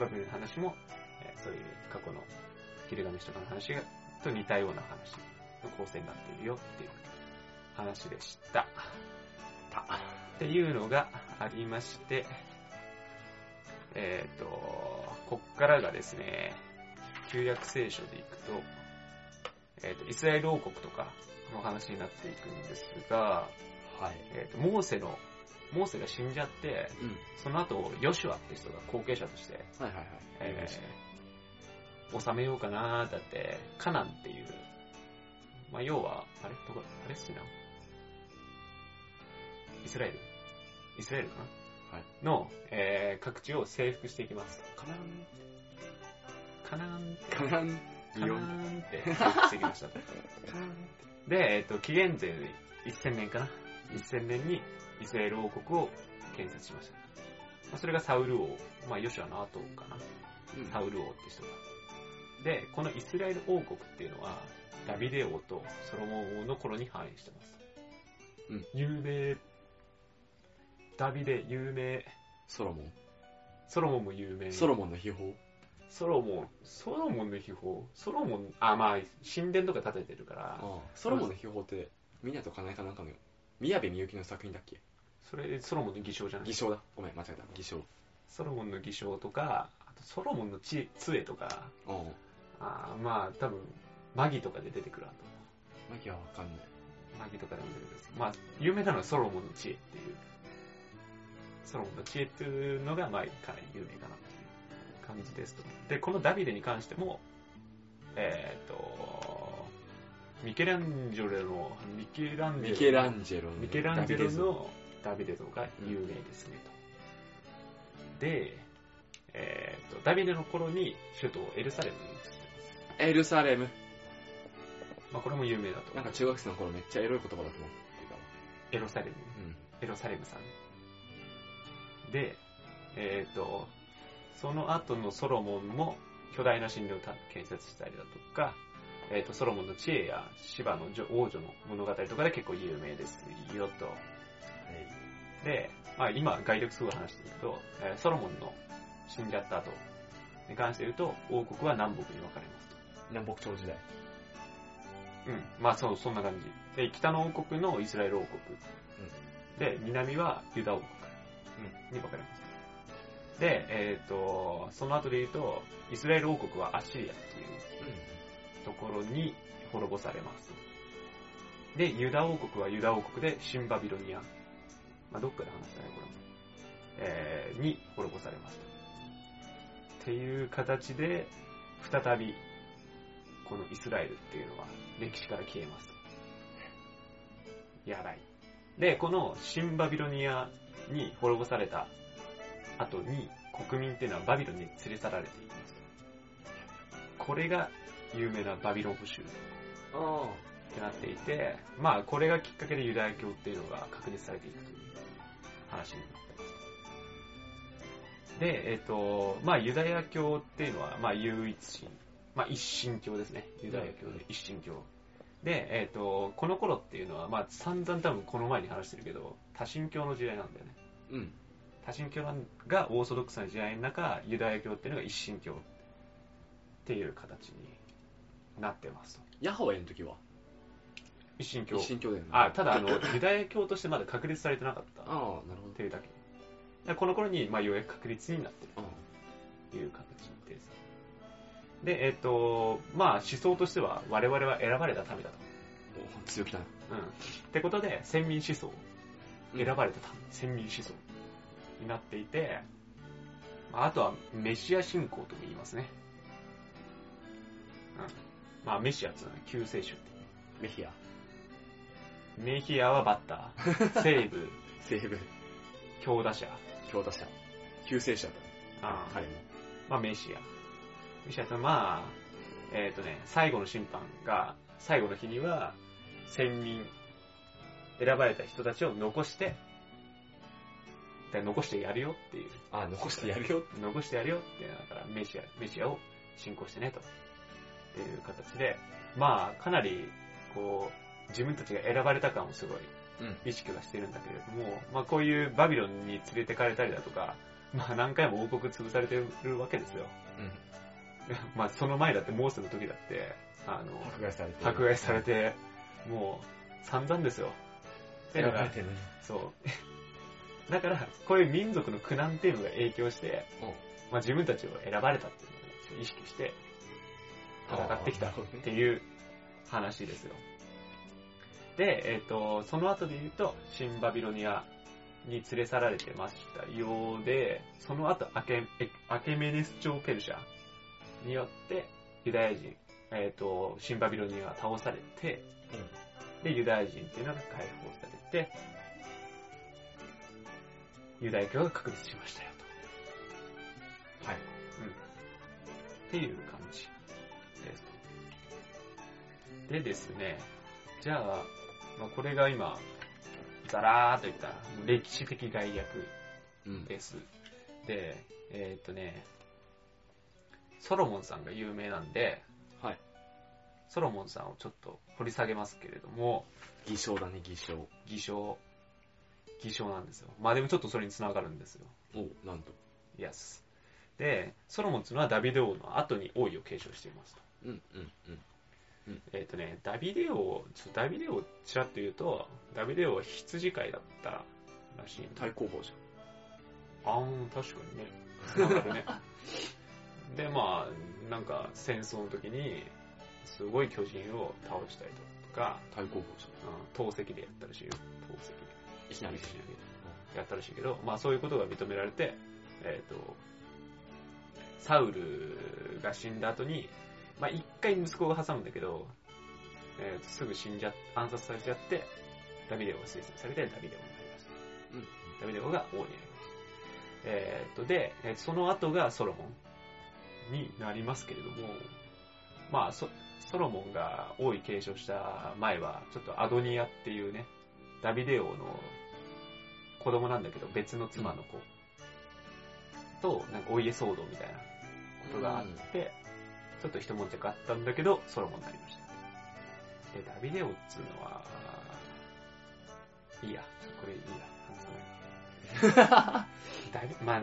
Speaker 1: バベルの話も、えーそういう過去のギルガメッシュとかの話がと似たような話の構成になっているよっていう話でした。たっていうのがありまして、えっ、と、こっからがですね、旧約聖書でいくと、えっ、と、イスラエル王国とかの話になっていくんですが、
Speaker 3: はい。
Speaker 1: えっ、と、モーセの、モーセが死んじゃって、
Speaker 3: うん。
Speaker 1: その後、ヨシュアって人が後継者として、
Speaker 3: はいはいはい。
Speaker 1: えー、収めようかなーだって、カナンっていう、まあ、要は、あれどこパレスチナイスラエルイスラエルかな
Speaker 3: はい。
Speaker 1: の、えー、各地を征服していきます。
Speaker 3: カラン、
Speaker 1: カナン、
Speaker 3: カラン、
Speaker 1: カ
Speaker 3: 擬
Speaker 1: ナ
Speaker 3: 音
Speaker 1: ンって征服してきました と。
Speaker 3: カラン
Speaker 1: で、えっと、紀元前1000年かな。1000年にイスラエル王国を建設しました。まあそれがサウル王。まあ、ヨシュアの後かな。
Speaker 3: うん
Speaker 1: サウル王って人が。で、このイスラエル王国っていうのは、ダビデ王とソロモン王の頃に繁栄してます。
Speaker 3: うん
Speaker 1: 有名。ダビデ有名。
Speaker 3: ソロモン。
Speaker 1: ソロモンも有名。
Speaker 3: ソロモンの秘宝。
Speaker 1: ソロモン、ソロモンの秘宝ソロモン、あ、まあ、神殿とか建ててるから、
Speaker 3: ソロモンの秘宝って湊かなえかなんかの宮部みゆきの作品だっけ
Speaker 1: それ、ソロモンの偽証じゃない
Speaker 3: 偽証だごめん間違えた偽証
Speaker 1: ソロモンの偽証とか、あとソロモンの知杖とか、
Speaker 3: うん
Speaker 1: あーまあ、多分、マギとかで出てくるはず
Speaker 3: マギはわかんない
Speaker 1: マギとかでも出てくるんですけどまあ、有名なのはソロモンの知恵っていう。ソロモンの知恵っていうのが、まあ、かなり有名かなっていう感じですと。で、このダビデに関しても、えーっ、と、ミケランジョレの、ミケランジェロ
Speaker 3: ミケランジェロの
Speaker 1: ミケランジェロ
Speaker 3: ダビデ像
Speaker 1: のダビデ像が有名ですねと。で、えーっ、と、ダビデの頃に首都をエルサレムに移ってます。
Speaker 3: エルサレム
Speaker 1: まあ、これも有名だと。
Speaker 3: なんか中学生の頃めっちゃエロい言葉だと思ってたわ
Speaker 1: エルサレム。
Speaker 3: うん
Speaker 1: エロサレムさん。で、えっ、と、その後のソロモンも巨大な神殿を建設したりだとか、えっ、と、ソロモンの知恵や芝の女王女の物語とかで結構有名ですよと。で、まあ今外力すごい話ですけど、えーソロモンの死んじゃった後に関して言うと、王国は南北に分かれますと。
Speaker 3: 南北朝時代
Speaker 1: うん、まあそう、そんな感じ。で、北の王国のイスラエル王国。で、南はユダ王国。に分かれます。で、えっ、と、その後で言うと、イスラエル王国はアッシリアっていう
Speaker 3: う
Speaker 1: ところに滅ぼされます。で、ユダ王国はユダ王国で、シンバビロニア。まあ、どっかで話したね、これも。えー、に滅ぼされます。っていう形で、再び、このイスラエルっていうのは歴史から消えます。やばい。で、この新バビロニアに滅ぼされた後に国民っていうのはバビロンに連れ去られていきます。これが有名なバビロン捕囚
Speaker 3: んあ
Speaker 1: ってなっていて、まあこれがきっかけでユダヤ教っていうのが確立されていくという話になってます。で、えっ、と、まあユダヤ教っていうのは、まあ唯一神、まあ一神教ですね。ユダヤ教で一神教。で、えっ、と、この頃っていうのは、まあ散々多分この前に話してるけど、多神教の時代なんだよね。
Speaker 3: うん
Speaker 1: 多神教がオーソドックスな時代の中、ユダヤ教っていうのが一神教っていう形になってますと。
Speaker 3: ヤホウェイの時は
Speaker 1: 一神教。
Speaker 3: 一神教だよね
Speaker 1: あただあのユダヤ教としてまだ確立されてなかった
Speaker 3: あ
Speaker 1: っ
Speaker 3: あなるほど
Speaker 1: ていうだけだからこの頃に、まあ、ようやく確立になってる
Speaker 3: うん
Speaker 1: という形ですでえっ、とまあ思想としては我々は選ばれた民だと、
Speaker 3: お強気だな
Speaker 1: うん、ってことで先民思想選ばれた民、先民思想になっていてまああとはメシア信仰とも言いますね、うん、まあメシアっていうのは救世主って
Speaker 3: メヒア
Speaker 1: メヒアはバッタ ーセーブ
Speaker 3: セーブ
Speaker 1: 強打者
Speaker 3: 強打者救世者だ
Speaker 1: あー
Speaker 3: 彼も
Speaker 1: まあ、メシア。メシアさん、まあ、えっ、とね、最後の審判が、最後の日には、先民、選ばれた人たちを残して、で残してやるよっていう、
Speaker 3: あ残してやるよ
Speaker 1: 残してやるよっていうのだから、メシア、メシアを信仰してねと。っていう形で、まあ、かなり、こう、自分たちが選ばれた感をすごい
Speaker 3: うん
Speaker 1: 意識はしてるんだけれども、まあこういうバビロンに連れてかれたりだとか、まあ何回も王国潰されてるわけですよ。
Speaker 3: うん
Speaker 1: まあその前だってモーセの時だって、あの、
Speaker 3: 迫害されて
Speaker 1: 迫害されて、もう散々ですよ。っていう
Speaker 3: 選
Speaker 1: の
Speaker 3: ばれ
Speaker 1: が、
Speaker 3: てるのに
Speaker 1: そう。だ から、こういう民族の苦難っていうのが影響して、まあ自分たちを選ばれたっていうのを意識して戦ってきた
Speaker 3: あ
Speaker 1: っ
Speaker 3: ーなるほどね
Speaker 1: ていう話ですよ。で、えっ、と、その後で言うと、新バビロニアに連れ去られてましたようで、その後アケ、えアケメネス朝ペルシャによって、ユダヤ人、えっ、と、新バビロニアが倒されて、で、ユダヤ人っていうのが解放されて、ユダヤ教が確立しましたよと。
Speaker 3: はい
Speaker 1: っていう感じです。でですね、じゃあ、まあ、これが今、ざらーっといった歴史的概略
Speaker 3: うん
Speaker 1: です。で、えーっとね、ソロモンさんが有名なんで、
Speaker 3: はい
Speaker 1: ソロモンさんをちょっと掘り下げますけれども、
Speaker 3: 偽証だね偽証
Speaker 1: 偽証、偽証なんですよ。まあでもちょっとそれにつながるんですよ。
Speaker 3: おなんと
Speaker 1: Yes。でソロモンっていうのはダビデ王の後に王位を継承していますと
Speaker 3: うんうんうん
Speaker 1: えっ、とねダビデ王ちょっとダビデ王をちらっと言うとダビデ王は羊飼いだったらしいんだ
Speaker 3: 対抗法じ
Speaker 1: あー確かにね繋がるねでまあなんか戦争の時にすごい巨人を倒したりとか、
Speaker 3: ゃん対抗法じ
Speaker 1: うん、投石でやったらしいよ投石で
Speaker 3: ゃん石投げて
Speaker 1: 石投げてやったらしいけど、まあ、そういうことが認められて、えっとサウルが死んだ後にまあ、一回息子が挟むんだけど、えーとすぐ死んじゃ暗殺されちゃってダビデオが推薦されてダビデオになりました
Speaker 3: うん
Speaker 1: ダビデオが王になりましたえーとでえーその後がソロモンになりますけれどもまあそソロモンが王位継承した前はちょっとアドニアっていうねダビデ王の子供なんだけど別の妻の子となんかお家騒動みたいなことがあって、ちょっと一文字があったんだけど、ソロモンになりました。で、ダビデオっつうのは、いいや、ちょっとこれいいや、話さない。ダビ、まあ、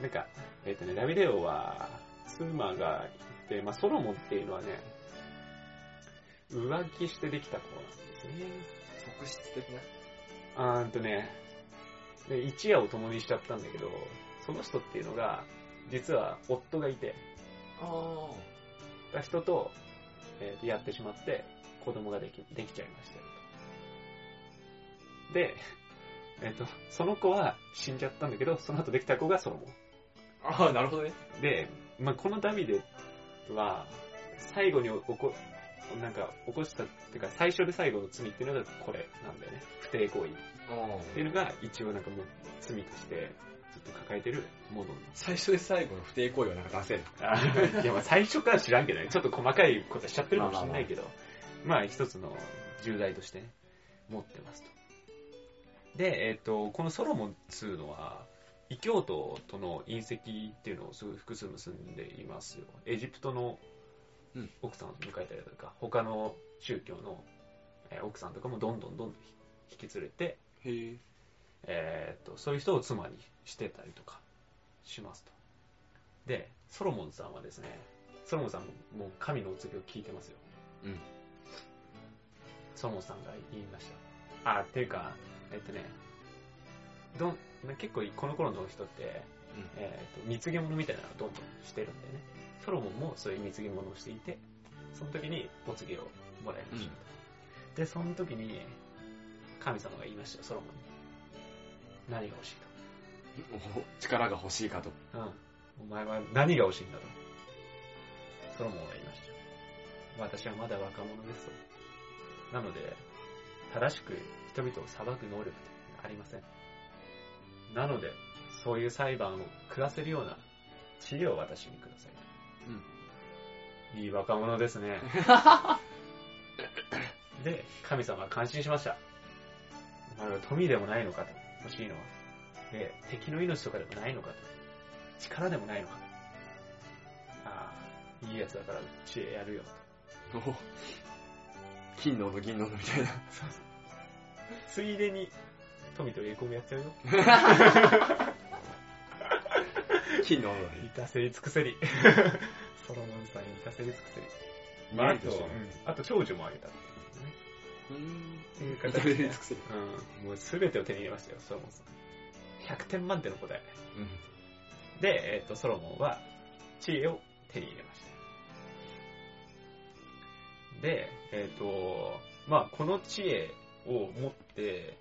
Speaker 1: なんか、えっ、とね、ダビデオは、妻がいて、まあ、ソロモンっていうのはね、浮気してできた子なんですね。
Speaker 3: 特質的な
Speaker 1: あーんとね、で一夜を共にしちゃったんだけど、その人っていうのが、実は夫がいて、
Speaker 3: ああ
Speaker 1: が人と、えーやってしまって、子供ができ、できちゃいましたよと。で、えっ、と、その子は死んじゃったんだけど、その後できた子がソロモ
Speaker 3: ああなるほどね
Speaker 1: ン。で、まあ、このダビデは、最後に起こ、なんか、起こした、ってか、最初で最後の罪っていうのがこれなんだよね。不貞行為っ
Speaker 3: あ
Speaker 1: ていうのが、一応なんかもう、罪として、ずっと抱えてるもの
Speaker 3: 最初で最後の不定行為はなんか出せる
Speaker 1: あー いや、まあ最初から知らんけどね。ちょっと細かいことはしちゃってるかもしれないけど、まあ一つの重大としてね、持ってますと。で、えっ、と、このソロモンっつうのは、異教徒との隕石っていうのをすごい複数結んでいますよ。エジプトの
Speaker 3: うん
Speaker 1: 奥さんを迎えたりだとか、他の宗教のえー奥さんとかもどんどんどんどん引き連れて、
Speaker 3: へえ
Speaker 1: えーっとそういう人を妻にしてたりとかしますとでソロモンさんはですねソロモンさんももう神のお告げを聞いてますよ
Speaker 3: うん
Speaker 1: ソロモンさんが言いましたあっていうかえっとねどん結構この頃の人って、えーっと貢ぎ物みたいなのをどんどんしてるんだよねソロモンもそういう貢ぎ物をしていてその時にお告げをもらいましたと、でその時に神様が言いましたよソロモンに何が欲しい
Speaker 3: 力が欲しいかと
Speaker 1: と。うん。お前は何が欲しいんだと。ソロモンは言いましたよ。私はまだ若者ですと。なので、正しく人々を裁く能力ってありません。なので、そういう裁判を下せるような治療を私にくださいと。いい若者ですね。で、神様は感心しました。お前は富でもないのかと。欲しいのは。で、敵の命とかでもないのかと。力でもないのかと。ああ、いいやつだから知恵やるよと。
Speaker 3: 金の斧銀の斧みたいな
Speaker 1: ついでに、富と栄光もやっちゃうよ。
Speaker 3: 金の斧だね
Speaker 1: いたせり尽くせり。 ソロモンさんいたせり尽くせり。まあ、あと、あと長女もあげたっていうね。
Speaker 3: うん
Speaker 1: っていう
Speaker 3: 至
Speaker 1: 形
Speaker 3: れ
Speaker 1: で
Speaker 3: り尽くせり
Speaker 1: うん。もうすべてを手に入れましたよ、ソロモンさん。100点満点の答え。で、えっとソロモンは知恵を手に入れました。で、えっ、と、まあこの知恵を持って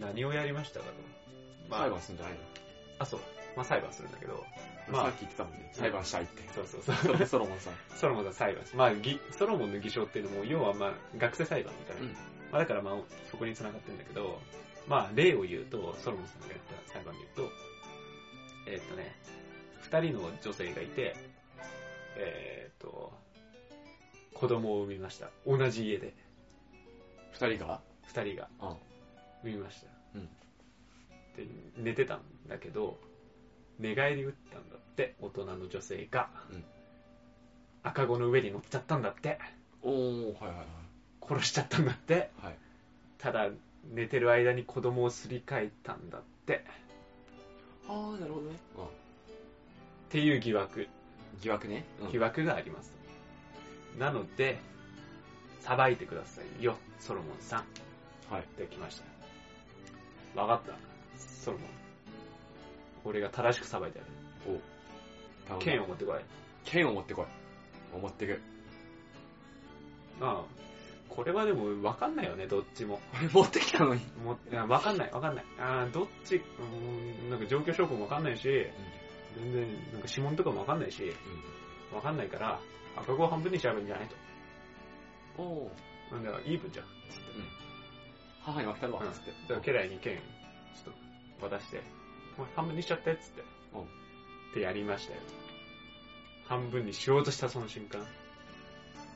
Speaker 1: 何をやりましたかと。まあ
Speaker 3: 裁判するんじゃないの
Speaker 1: あ、そう。まあ裁判するんだけど、ま
Speaker 3: さ
Speaker 1: あ
Speaker 3: っき言ってたもんね裁判したいって
Speaker 1: そうそうそう。
Speaker 3: それでソロモンさん
Speaker 1: ソロモンが裁判しまあぎソロモンの偽証っていうのも、要はまあ学生裁判みたいな。
Speaker 3: うん
Speaker 1: まあだからまあそこに繋がってるんだけど、まあ例を言うと、ソロモンさんがやった裁判で言うと、えーっとね、二人の女性がいて、えーっと、子供を産みました。同じ家で、
Speaker 3: 二人が
Speaker 1: 二人が
Speaker 3: あ
Speaker 1: 産みました。
Speaker 3: うん
Speaker 1: で、寝てたんだけど、寝返り打ったんだって、大人の女性が。
Speaker 3: うん
Speaker 1: 赤子の上に乗っちゃったんだって。
Speaker 3: おおはいはい
Speaker 1: 殺しちゃったんだって
Speaker 3: はいはい
Speaker 1: ただ寝てる間に子供をすり替えたんだって
Speaker 3: ああなるほどね
Speaker 1: っていう疑惑、
Speaker 3: 疑惑ね。うん
Speaker 1: 疑惑があります。なので、さばいてくださいよ、ソロモンさん。
Speaker 3: はい。
Speaker 1: できました。わかった。ソロモン。俺が正しくさばいてやる。
Speaker 3: 頼んだ
Speaker 1: 剣を。持ってこい。
Speaker 3: 剣を持ってこい。持っ てく。
Speaker 1: ああ。これはでもわかんないよね、どっちも。
Speaker 3: 俺持ってきたのに。
Speaker 1: もいやわかんない、わかんない。ああ、どっち、うーん、なんか状況証拠もわかんないし、全然、なんか指紋とかもわかんないし、わかんないから、赤子を半分にしちゃえばいいんじゃないと。
Speaker 3: おお。
Speaker 1: なんだから、イーブンじゃん。つって。
Speaker 3: 母に負けたの
Speaker 1: う
Speaker 3: は、
Speaker 1: ん
Speaker 3: つって。
Speaker 1: だから家来に剣、ちょっと渡して、お前半分にしちゃって、つって。
Speaker 3: うん
Speaker 1: ってやりましたよ。半分にしようとしたその瞬間、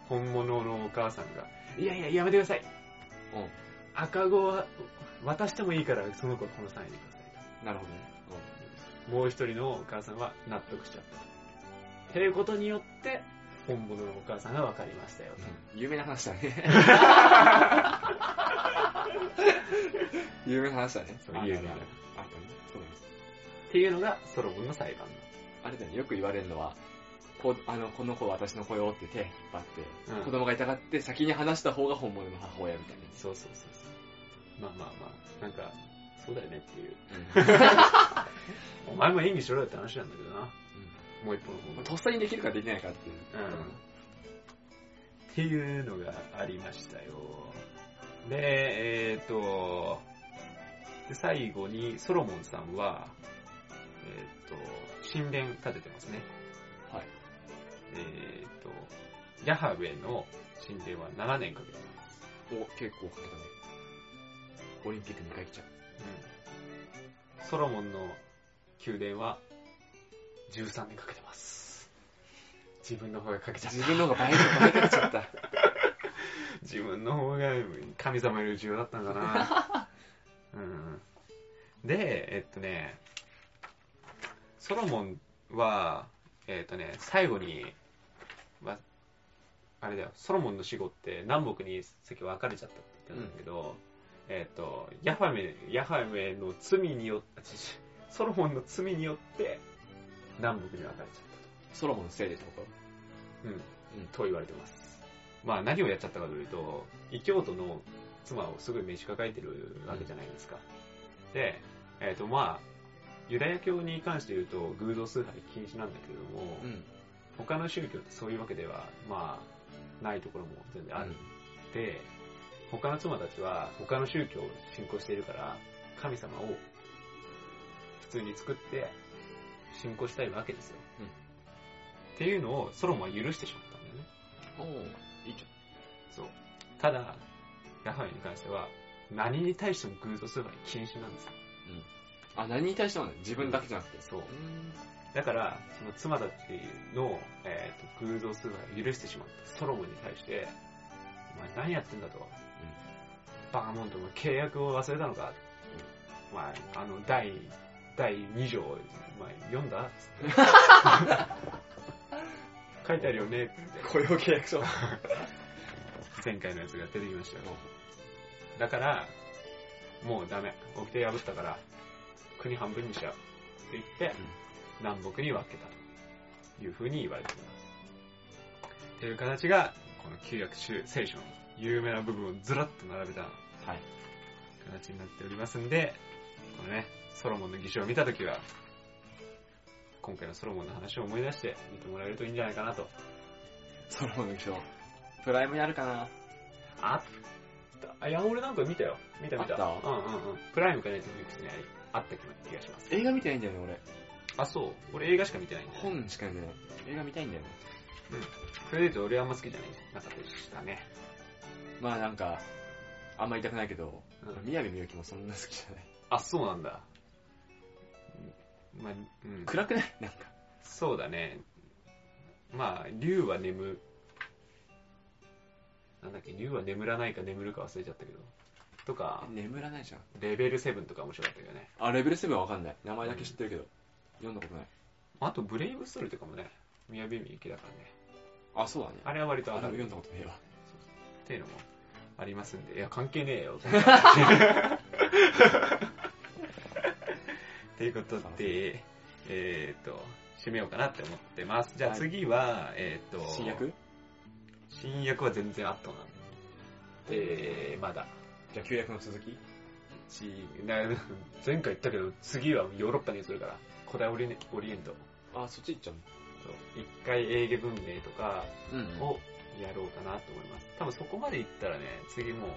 Speaker 1: 本物のお母さんが、いやいや、やめてください。
Speaker 3: うん
Speaker 1: 赤子は渡してもいいから、その子はこの3位でください。
Speaker 3: なるほどね。
Speaker 1: もう一人のお母さんは納得しちゃったと。ていうことによって、本物のお母さんが分かりましたよと。
Speaker 3: うん有名な話 だね。有名な話だね。
Speaker 1: そう有名な
Speaker 3: あるあるあるそうなんです。
Speaker 1: っていうのが、ソロモンの裁判
Speaker 3: あれだよね、よく言われるのは、こあのこの子は私の子よって手引っ張って、
Speaker 1: うん
Speaker 3: 子供が痛がって先に話した方が本物の母親みたい
Speaker 1: そうそうそうそう。まあまあまあ、なんか、そうだよねっていう。
Speaker 3: な。
Speaker 1: お前も演技しろよって話なんだけどな。
Speaker 3: う
Speaker 1: もう一本の
Speaker 3: んまあ
Speaker 1: 方が。
Speaker 3: とっさにできるかできないかっていう。
Speaker 1: っていうのがありましたよ。で、えっ、ー、と、で最後にソロモンさんは、えっ、と、神殿立ててますね。
Speaker 3: はい。
Speaker 1: えっ、と、ヤハウェの神殿は7年かけてます。
Speaker 3: お、結構かけたね。オリンピック2回来ちゃう。
Speaker 1: うんソロモンの宮殿は13年かけてます。自分の方がかけちゃった
Speaker 3: 自。分の方が倍か倍かけち ゃった。
Speaker 1: 自分の方が神様より重要だったんだな。うん。で、えっとね、ソロモンは、えっとね、最後に、ま、あれだよ、ソロモンの死後って南北に席分かれちゃったって言ったんだけど、えっと、ヤハメ、ヤハメの罪によって、 ソロモンの罪によって南北に分かれちゃった。
Speaker 3: ソロモンのせいでってこと
Speaker 1: と言われてます。まあ何をやっちゃったかというと、異教徒の妻をすごい召し抱えてるわけじゃないですか。で、えっ、とまあ、ユダヤ教に関して言うと偶像崇拝禁止なんだけれども、
Speaker 3: ん。
Speaker 1: 他の宗教ってそういうわけでは、まあ、ないところも全然あるで、他の妻たちは他の宗教を信仰しているから、神様を普通に作って信仰したいわけですよ。
Speaker 3: うん
Speaker 1: っていうのをソロモンは許してしまったんだよね。
Speaker 3: おおいいじ
Speaker 1: そう。ただ、ヤハウェに関しては、何に対しても偶像崇拝禁止なんですよ。
Speaker 3: ゃん。あ、何に対してもね、自分だけじゃなくて。
Speaker 1: そう。だから、その妻たちの、えーと偶像崇拝を許してしまったソロモンに対して、お前何やってんだと。バカモンとお前契約を忘れたのか。お前、あの、第、第2条、お前読ん だつって書いてあるよねって。
Speaker 3: 雇用契約書。
Speaker 1: 前回のやつが出てきましたよ。だから、もうダメ。掟破ったから、国半分にしちゃう。って言って、
Speaker 3: うん
Speaker 1: 南北に分けたというふうに言われています。っていう形が、この旧約聖書の有名な部分をずらっと並べた
Speaker 3: はい。
Speaker 1: 形になっておりますんで、このね、ソロモンの儀式を見たときは、今回のソロモンの話を思い出して見てもらえるといいんじゃないかなと。
Speaker 3: ソロモンの衣装。プライムにあるかな
Speaker 1: あった。あいや、俺なんか見たよ。見た見た。
Speaker 3: あった
Speaker 1: うんうんうん。プライムかネットフリックスにありあった気がします。
Speaker 3: 映画見てないんだよね、俺。
Speaker 1: あ、そう。俺映画しか見てないんだよね、
Speaker 3: 本しか読んでない。映画見たいんだよね。
Speaker 1: それで言うと俺あんま好きじゃない。なかったでしたね。
Speaker 3: まあなんか、あんま言いたくないけど、
Speaker 1: うん
Speaker 3: 宮部みゆきもそんな好きじゃない。
Speaker 1: あ、そうなんだ。うんまあ、うん。
Speaker 3: 暗くないなんか。
Speaker 1: そうだね。まあ、竜は眠、なんだっけ、竜は眠らないか眠るか忘れちゃったけど。とか、
Speaker 3: 眠らないじゃん。
Speaker 1: レベル7とか面白かったけどね。
Speaker 3: あ、レベル7はわかんない。名前だけ知ってるけど、読んだことない。
Speaker 1: あと、ブレイブストーリーとかもね、宮部みゆきだからね。
Speaker 3: あ、そうだね。
Speaker 1: あれは割
Speaker 3: あ
Speaker 1: とある。
Speaker 3: 読んだことねえわ。
Speaker 1: っていうのもありますんで、いや、関係ねえ よ。ということで、えーっと、締めようかなって思ってます。じゃあ
Speaker 3: はい
Speaker 1: 次は、えーっと、
Speaker 3: 新薬
Speaker 1: 新薬は全然後なんで、えー、まだ。
Speaker 3: じゃあ旧薬の続き
Speaker 1: しな前回言ったけど、次はヨーロッパにするから、古代オリエンオリエント。
Speaker 3: あ、そっち行っちゃう
Speaker 1: そう一回英芸文明とか
Speaker 3: のお
Speaker 1: をやろうかなと思います。多分そこまで行ったらね、次もう、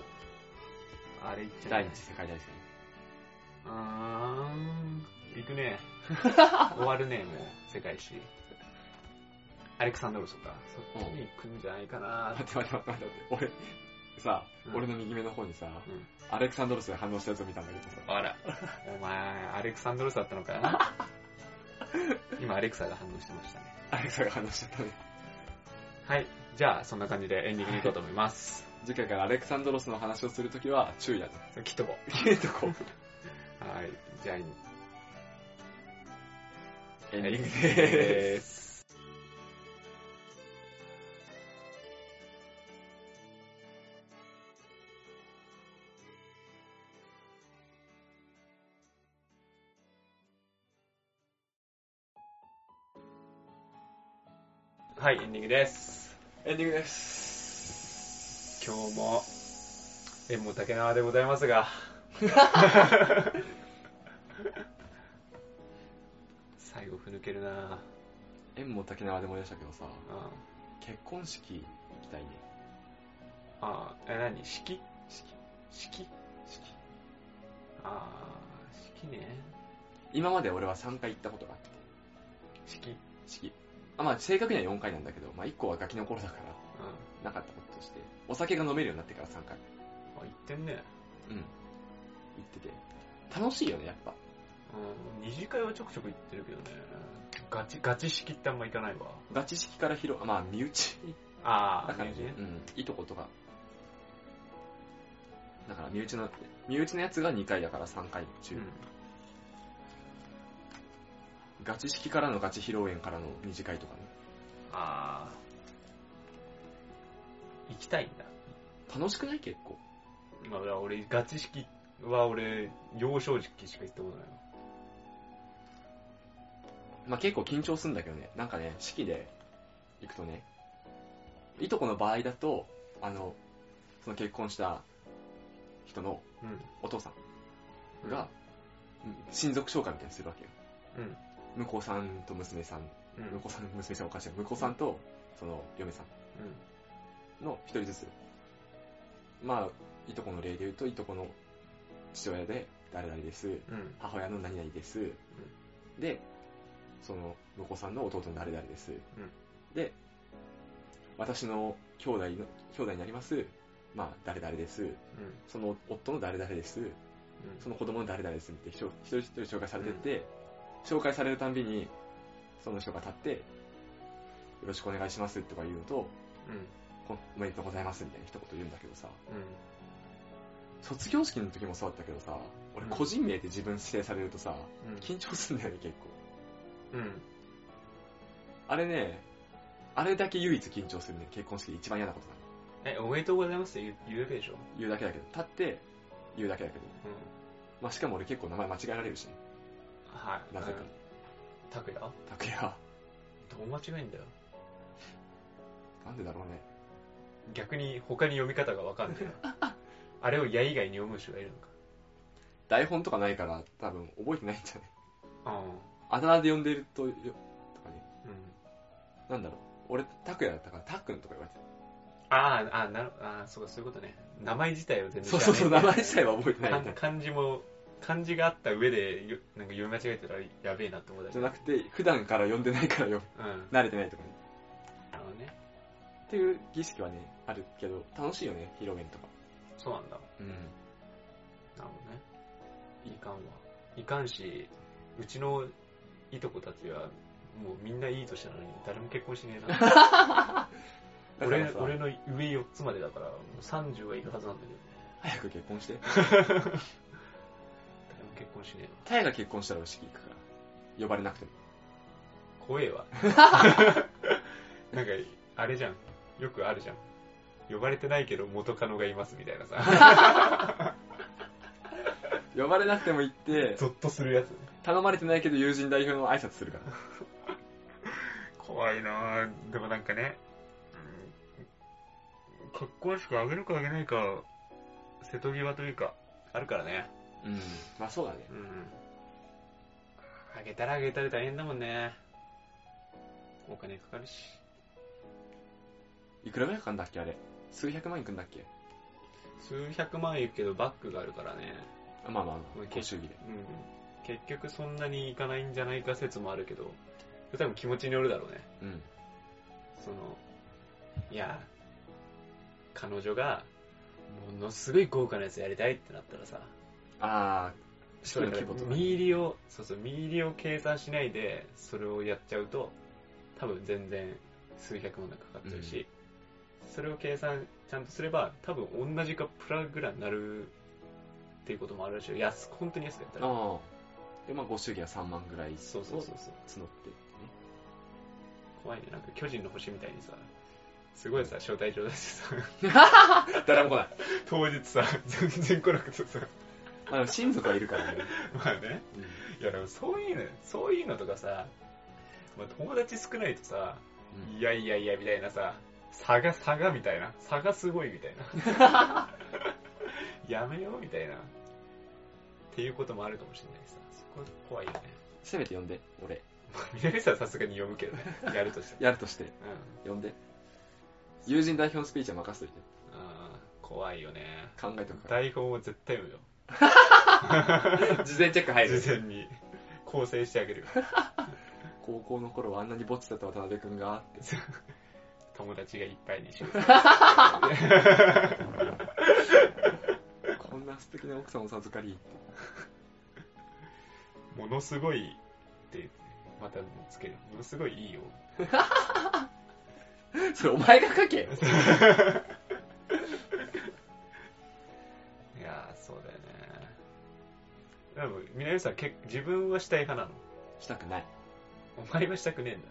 Speaker 1: あれ行っちゃう。
Speaker 3: 第二次世界大戦。
Speaker 1: うーん、行く ね。終わるね、もう、世界史。アレクサンドロスとか、そっちに行くんじゃないかな
Speaker 3: 待って待って待って待って、俺、さ、
Speaker 1: うん
Speaker 3: 俺の右目の方にさ、
Speaker 1: うん
Speaker 3: アレクサンドロスで反応したやつを見たんだけどさ、
Speaker 1: あら、お前、アレクサンドロスだったの かな今、アレクサが反応してましたね。
Speaker 3: アレクサが反応しちゃったね。
Speaker 1: はい、じゃあ、そんな感じでエンディングに行こうと思います。
Speaker 3: 次回からアレクサンドロスの話をするときは注意だと。
Speaker 1: きっとも。
Speaker 3: えとこ。
Speaker 1: はい、じゃあ、
Speaker 3: エンディングでーす。
Speaker 1: です。はい、エンディングです。
Speaker 3: エンディングです。
Speaker 1: 今日も、縁も竹縄でございますが。最後、ふぬけるな
Speaker 3: 縁も竹縄でもい出したけどさ、
Speaker 1: あ
Speaker 3: 結婚式行きたいね。
Speaker 1: あ、え、何式
Speaker 3: 式。
Speaker 1: 式
Speaker 3: 式。
Speaker 1: ああ、式ね。
Speaker 3: 今まで俺は3回行ったことがあって、
Speaker 1: 式。
Speaker 3: 式。あ、まあ正確には4回なんだけど、まあ1個はガキの頃だから、なかったこととして、お酒が飲めるようになってから3回。
Speaker 1: うん。あ、言ってんね。
Speaker 3: うん。行ってて。楽しいよね、やっぱ。
Speaker 1: うん。二次会はちょくちょく行ってるけどね。ガチ、ガチ式ってあんま行かないわ。
Speaker 3: ガチ式から広、あまあ身内。
Speaker 1: あ
Speaker 3: だから、うん、いとことか。だから身内の、身内のやつが2回だから3回中。
Speaker 1: うん。
Speaker 3: ガチ式からのガチ披露宴からの二次会とかね。
Speaker 1: ああ。行きたいんだ。
Speaker 3: 楽しくない結構。
Speaker 1: まあ、俺、ガチ式は俺、幼少期しか行ったことないわ。
Speaker 3: まあ結構緊張するんだけどね。なんかね、式で行くとね、いとこの場合だと、あの、その結婚した人のお父さんが、うん親族紹介みたいにするわけよ。
Speaker 1: うん。
Speaker 3: 向こうさんと娘さん、
Speaker 1: うん。うん。
Speaker 3: 向こうさん、娘さんおかしい。向こうさんと、その、嫁さんの一人ずつ。まあ、いとこの例で言うと、いとこの父親で、誰々です。
Speaker 1: うん。うん。
Speaker 3: 母親の何々です、でその向こうさんの弟の誰々です、で私の兄弟の兄弟になりますまあ誰々です
Speaker 1: うん。
Speaker 3: その夫の誰々です
Speaker 1: うん。
Speaker 3: その子供の誰々ですって一人一人一人紹介されてって、紹介されるたんびにその人が立ってよろしくお願いしますとか言うのと
Speaker 1: うん。
Speaker 3: こおめでとうございますみたいな一言言うんだけどさ
Speaker 1: うん。
Speaker 3: 卒業式の時もそうだったけどさ俺個人名で自分指定されるとさ緊張すんだよね結構
Speaker 1: うん。うん。
Speaker 3: あれね、あれだけ唯一緊張するね、結婚式で一番嫌なことなの。
Speaker 1: え、おめでとうございますって言う言うだけでしょ
Speaker 3: 言うだけだけど、立って、言うだけだけど。
Speaker 1: うん。
Speaker 3: まあ、しかも俺結構名前間違えられるしね、
Speaker 1: はい。
Speaker 3: なぜか
Speaker 1: うん。拓也
Speaker 3: 拓也。
Speaker 1: どう間違えんだよ。
Speaker 3: なんでだろうね。
Speaker 1: 逆に他に読み方がわかんないな。 あれを矢以外に読む人がいるのか。
Speaker 3: 台本とかないから、多分覚えてないんじゃない
Speaker 1: あ
Speaker 3: あだ名で呼んでると、よ、とかね。
Speaker 1: あ、うん。
Speaker 3: なんだろう。俺、拓也だったから、たっくんとか言われて
Speaker 1: ああ、ああなるああ、そうか、そういうことね。名前自体を全然
Speaker 3: る。
Speaker 1: 知らな
Speaker 3: そ
Speaker 1: い
Speaker 3: うそうそう、名前自体は覚えてない
Speaker 1: 漢
Speaker 3: みたいな。
Speaker 1: 漢字も、漢字があった上で、よなんか読み間違えたらやべえなって思ったし。
Speaker 3: じゃ
Speaker 1: うん。
Speaker 3: なくて、普段から呼んでないからよ、
Speaker 1: な
Speaker 3: 慣れてないとかね。
Speaker 1: るほどね。
Speaker 3: っていう儀式はね、あるけど、楽しいよね、披露宴とか。
Speaker 1: そうなんだ。
Speaker 3: うん。
Speaker 1: なるほどね。いかんわ。いかんし、うちのいとこたちは、もうみんないい年なのに、誰も結婚しねえな。
Speaker 3: だから
Speaker 1: 俺
Speaker 3: さ
Speaker 1: 俺の上4つまでだから、もう30はいくはずなんだけどね。
Speaker 3: 早く結婚して。
Speaker 1: 誰も結婚しねえわ。
Speaker 3: タイが結婚したら俺式行くから。呼ばれなくても。
Speaker 1: 怖 えわ。なんか、あれじゃん。よくあるじゃん。呼ばれてないけど元カノがいますみたいなさ。
Speaker 3: 呼ばれなくても行って、
Speaker 1: ゾッとするやつ。
Speaker 3: 頼まれてないけど友人代表の挨拶するから。
Speaker 2: 怖いなぁ。でもなんかね、うんかっこよしく上げるか上げないか、瀬戸際というか、
Speaker 1: あるからね。
Speaker 3: うん。まあそうだね。
Speaker 1: うん。あげたらあげたら大変だもんね。お金かかるし。
Speaker 3: いくらぐらいかかんだっけあれ。数百万いくんだっけ
Speaker 1: 数百万いくけどバックがあるからね。
Speaker 3: あまあまあま
Speaker 1: うん
Speaker 3: あ、ご祝儀で。
Speaker 1: うん。結局そんなにいかないんじゃないか説もあるけど、多分気持ちによるだろうね。
Speaker 3: うん。
Speaker 1: その、いや、彼女が、ものすごい豪華なやつやりたいってなったらさ、
Speaker 3: あ
Speaker 1: それ
Speaker 3: 規模とかね
Speaker 1: 見入りを、そうそう、見入りを計算しないで、それをやっちゃうと、多分全然数百万がかかっちゃうし、それを計算ちゃんとすれば、多分同じかプラぐらいになるっていうこともあるらしいよ。安、本当に安かっ
Speaker 3: あ、
Speaker 1: たら。
Speaker 3: ああ。で、まあ、ご祝儀は3万ぐらい
Speaker 1: そうそうそうそう。
Speaker 3: 募ってね。
Speaker 1: 怖いね。なんか巨人の星みたいにさ、すごいさ、招待状出してさ、
Speaker 3: 誰も来ない。
Speaker 1: 当日さ、全然来なくてさ、
Speaker 3: まあ、でも親族はいるからね。
Speaker 1: まあね。いや、でもそういうの、そういうのとかさ、まあ、友達少ないとさ、
Speaker 3: う
Speaker 1: いやいやいやみたいなさ、差が差がみたいな、差がすごいみたいな。 やめようみたいな。っていうこともあるかもしれないしさ、そこ怖いよね。
Speaker 3: せめて呼んで、俺。
Speaker 1: まあ、南さんはさすがに呼ぶけどね、やるとしたら。
Speaker 3: やるとして、
Speaker 1: うん。
Speaker 3: 呼んで。友人代表のスピーチは任せといて。
Speaker 1: あー怖いよね。
Speaker 3: 考えとくか
Speaker 1: 台本を絶対読むよ。
Speaker 3: ら。事前チェック入る
Speaker 1: 事。前に構成してあ げるよ。
Speaker 3: 高校の頃はあんなにボッチだった渡辺くんが、
Speaker 1: 友達がいっぱいに しよう。
Speaker 3: こんな素敵な奥さんを授かり、
Speaker 1: ものすごいって、またつける。ものすごいいいよ。
Speaker 3: それお前が書けよ。
Speaker 1: いやー、そうだよね。でも、みなみさん、け自分はしたい派なの
Speaker 3: したくない。
Speaker 1: お前はしたくねえんだ。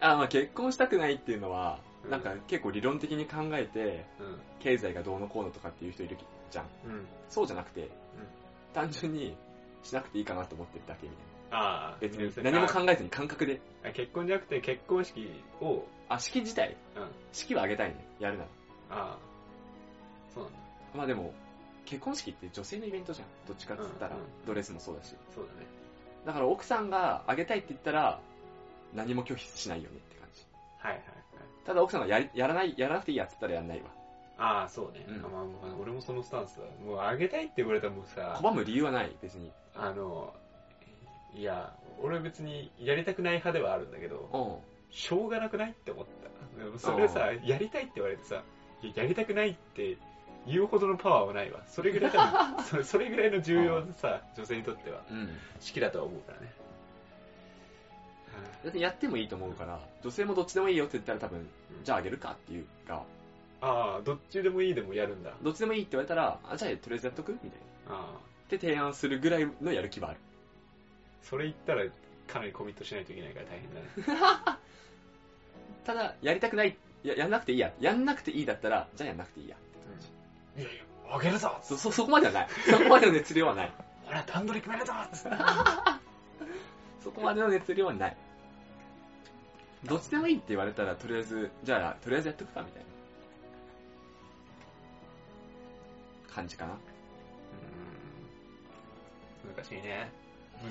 Speaker 3: あ、まあ結婚したくないっていうのは、
Speaker 1: うん
Speaker 3: なんか結構理論的に考えて、
Speaker 1: う
Speaker 3: 経済がどうのこうのとかっていう人いるじゃん。
Speaker 1: ん。うん。
Speaker 3: そうじゃなくて、単純にしなくていいかなと思ってるだけみたい
Speaker 1: ああ、
Speaker 3: な。別に何も考えずに感覚で。
Speaker 1: あ結婚じゃなくて、結婚式を、
Speaker 3: あ、式自体、
Speaker 1: うん。
Speaker 3: 式はあげたいね。やるなら。
Speaker 1: ああ、そうなんだ。
Speaker 3: まあでも、結婚式って女性のイベントじゃん。どっちかって言ったら
Speaker 1: うんうん、
Speaker 3: ドレスもそうだし。
Speaker 1: そうだね。
Speaker 3: だから奥さんがあげたいって言ったら、何も拒否しないよねって感じ。
Speaker 1: はいはいはい。
Speaker 3: ただ奥さんがやりやらない、やらなくていいやって言ったらやんないわ。
Speaker 1: ああ、そうね。
Speaker 3: うん
Speaker 1: あまあまあ、俺もそのスタンスだ。もう、あげたいって言われたらもうさ、
Speaker 3: 拒む理由はない、別に。
Speaker 1: あの、いや、俺別にやりたくない派ではあるんだけど、
Speaker 3: うん。
Speaker 1: しょうがなくないって思った。でもそれさ、やりたいって言われてさ、いややりたくないって言うほどのパワーはないわ。それぐらい多 分それ、それぐらいの重要なさ、女性にとっては、
Speaker 3: うん。
Speaker 1: 式だとは思うからね。
Speaker 3: だってやってもいいと思うから、女性もどっちでもいいよって言ったら多分、じゃああげるかっていうか、
Speaker 1: ああ、どっちでもいいでもやるんだ。
Speaker 3: どっちでもいいって言われたら、あ、じゃあとりあえずやっとくみたいな。
Speaker 1: ああ、
Speaker 3: って提案するぐらいのやる気はある。
Speaker 1: それ言ったらかなりコミットしないといけないから大変だね。
Speaker 3: ただ、やりたくない、ややんなくていいや。やんなくていいだったら、じゃあやんなくていいや。
Speaker 1: いやいや、あげるぞ
Speaker 3: そ、そ、そこまではない。そこまでの熱量はない。
Speaker 1: ほら、段取り決めるぞつって
Speaker 3: そこまでの熱量はない。どっちでもいいって言われたら、とりあえず、じゃあ、とりあえずやっとくか、みたいな。感じかな。
Speaker 1: うーん難しいね。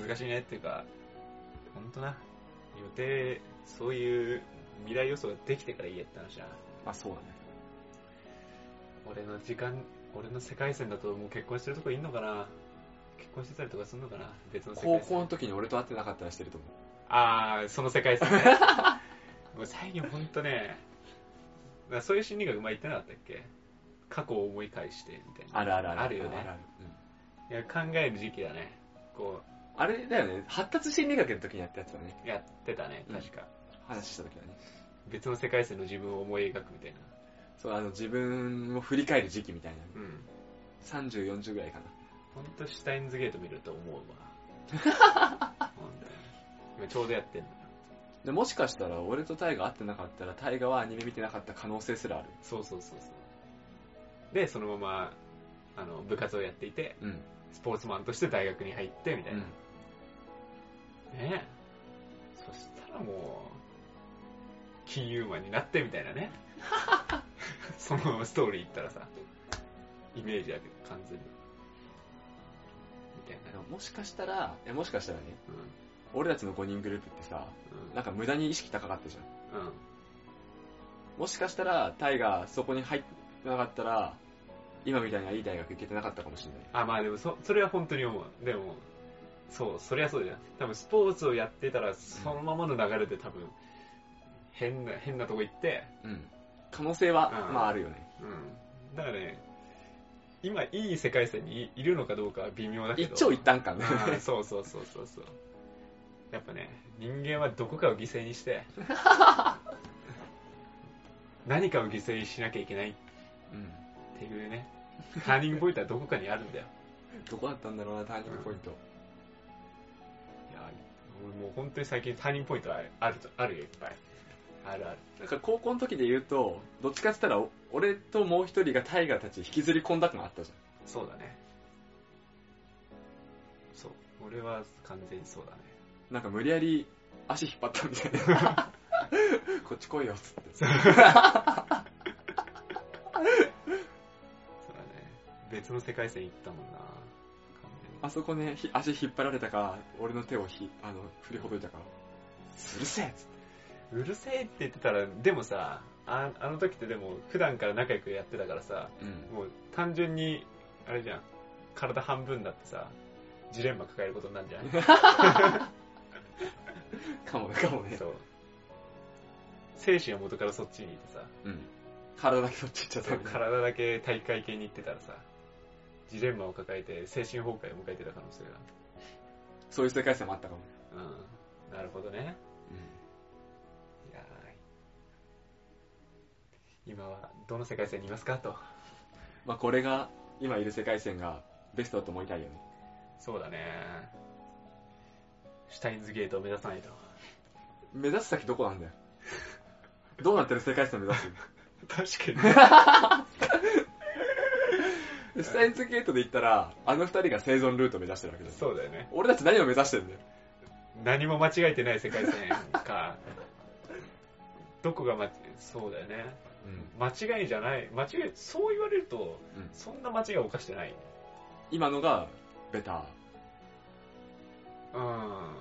Speaker 1: 難しいねっていうか、ほんとな。予定、そういう未来予想ができてから言えって話だな。
Speaker 3: まあそうだね。
Speaker 1: 俺の時間、俺の世界線だともう結婚してるとこいんのかな結婚してたりとかすんのかな別の世
Speaker 3: 高
Speaker 1: 界
Speaker 3: 校
Speaker 1: 線。
Speaker 3: の時に俺と会ってなかったらしてると思う。
Speaker 1: あー、その世界線ね。 もう最近ほんとね、だからそういう心理学前言ってなかったっけ過去を思い返して、みたいな。
Speaker 3: あるあるある。
Speaker 1: あるよね
Speaker 3: あるうん
Speaker 1: いや、考える時期だね。こ
Speaker 3: あれだよね、発達心理学の時にやったやつだね。
Speaker 1: う、やってたね、確か。
Speaker 3: 話した時はね。
Speaker 1: 別の世界線の自分を思い描くみたいな。
Speaker 3: そう、あの、自分を振り返る時期みたいな。
Speaker 1: うん。
Speaker 3: 30、40ぐらいかな。
Speaker 1: ほんとシュタインズゲート見ると思う わ。ほんとに今ちょうどやってんのよ。
Speaker 3: でもしかしたら、俺とタイガ会ってなかったら、タイガはアニメ見てなかった可能性すらある。
Speaker 1: そうそうそうそう。で、そのまま、あの、部活をやっていて、
Speaker 3: うん。
Speaker 1: スポーツマンとして大学に入って、みたいな。ねえ。そしたらもう、金融マンになってみたいな ねそのままストーリーいったらさイメージだけど完全にみたいな、
Speaker 3: もしかしたら、いやもしかしたらね、
Speaker 1: うん
Speaker 3: 俺たちの5人グループってさ、
Speaker 1: うん
Speaker 3: なんか無駄に意識高かったじゃん。
Speaker 1: うん
Speaker 3: もしかしたら、タイがそこに入ってなかったら、今みたいないい大学行けてなかったかもしれない。
Speaker 1: あまあでもそそれは本当に思うでもそうそりゃそうじゃん多分スポーツをやってたらそのままの流れで多分変な変なとこ行って
Speaker 3: うん。可能性は、
Speaker 1: うん
Speaker 3: まああるよね。
Speaker 1: うんだからね今いい世界線にいいるのかどうかは微妙だけ
Speaker 3: 一
Speaker 1: ど
Speaker 3: 長一短感ね。
Speaker 1: あーそうそうそうそうそうやっぱね人間はどこかを犠牲にして 何かを犠牲にしなきゃいけないっ
Speaker 3: うん。
Speaker 1: ていうねターニングポイントはどこかにあるんだよ
Speaker 3: どこだったんだろうな、ターニングポイント。
Speaker 1: いや俺もう本当に最近ターニングポイントあるあるあるよいっぱいあるある
Speaker 3: なんか高校の時で言うと、どっちかって言ったら、お俺ともう一人がタイガーたち引きずり込んだ感あったじ
Speaker 1: そうだねそう俺は完全にそうだね
Speaker 3: ゃん。なんか無理やり足引っ張ったみたいな。 こっち来いよ、つって。
Speaker 1: そうだね別の世界線行ったもんな完全に
Speaker 3: あそこね、ひ足引っ張られたか、俺の手をひ、あの、振りほどいたか。するせえっつって。
Speaker 1: うるせえって言ってたら、でもさ、ああの時ってでも、普段から仲良くやってたからさ、
Speaker 3: うん。
Speaker 1: もう単純に、あれじゃん、体半分だってさ、ジレンマ抱えることになるんじゃない
Speaker 3: かもね、かもね。
Speaker 1: そう。精神は元からそっちにいてさ、
Speaker 3: うん。体だけそっち行っち
Speaker 1: そ
Speaker 3: ゃ
Speaker 1: う
Speaker 3: っ た。
Speaker 1: 体だけ体育会系に行ってたらさ、ジレンマを抱えて精神崩壊を迎えてた可能性
Speaker 3: そういう世界線もあったかも。
Speaker 1: が。うん。なるほどね。いやー今はどの世界線にいますかと。
Speaker 3: まあこれが、今いる世界線がベストだと思いたいよね。
Speaker 1: そうだね。シュタインズゲートを目指さないと。
Speaker 3: 目指す先どこ なんだよ。どうなってる世界線目指す
Speaker 1: 確かに。
Speaker 3: スタインズゲートで言ったら、あの二人が生存ルートを目指してるわけです。
Speaker 1: そうだよね。
Speaker 3: 俺たち何を目指してんだよ。
Speaker 1: 何も間違えてない世界線か。どこが間違そうだよね。間違いじゃない。間違い、そう言われると、
Speaker 3: うん
Speaker 1: そんな間違いを犯してない。
Speaker 3: 今のが、ベター。
Speaker 1: うん。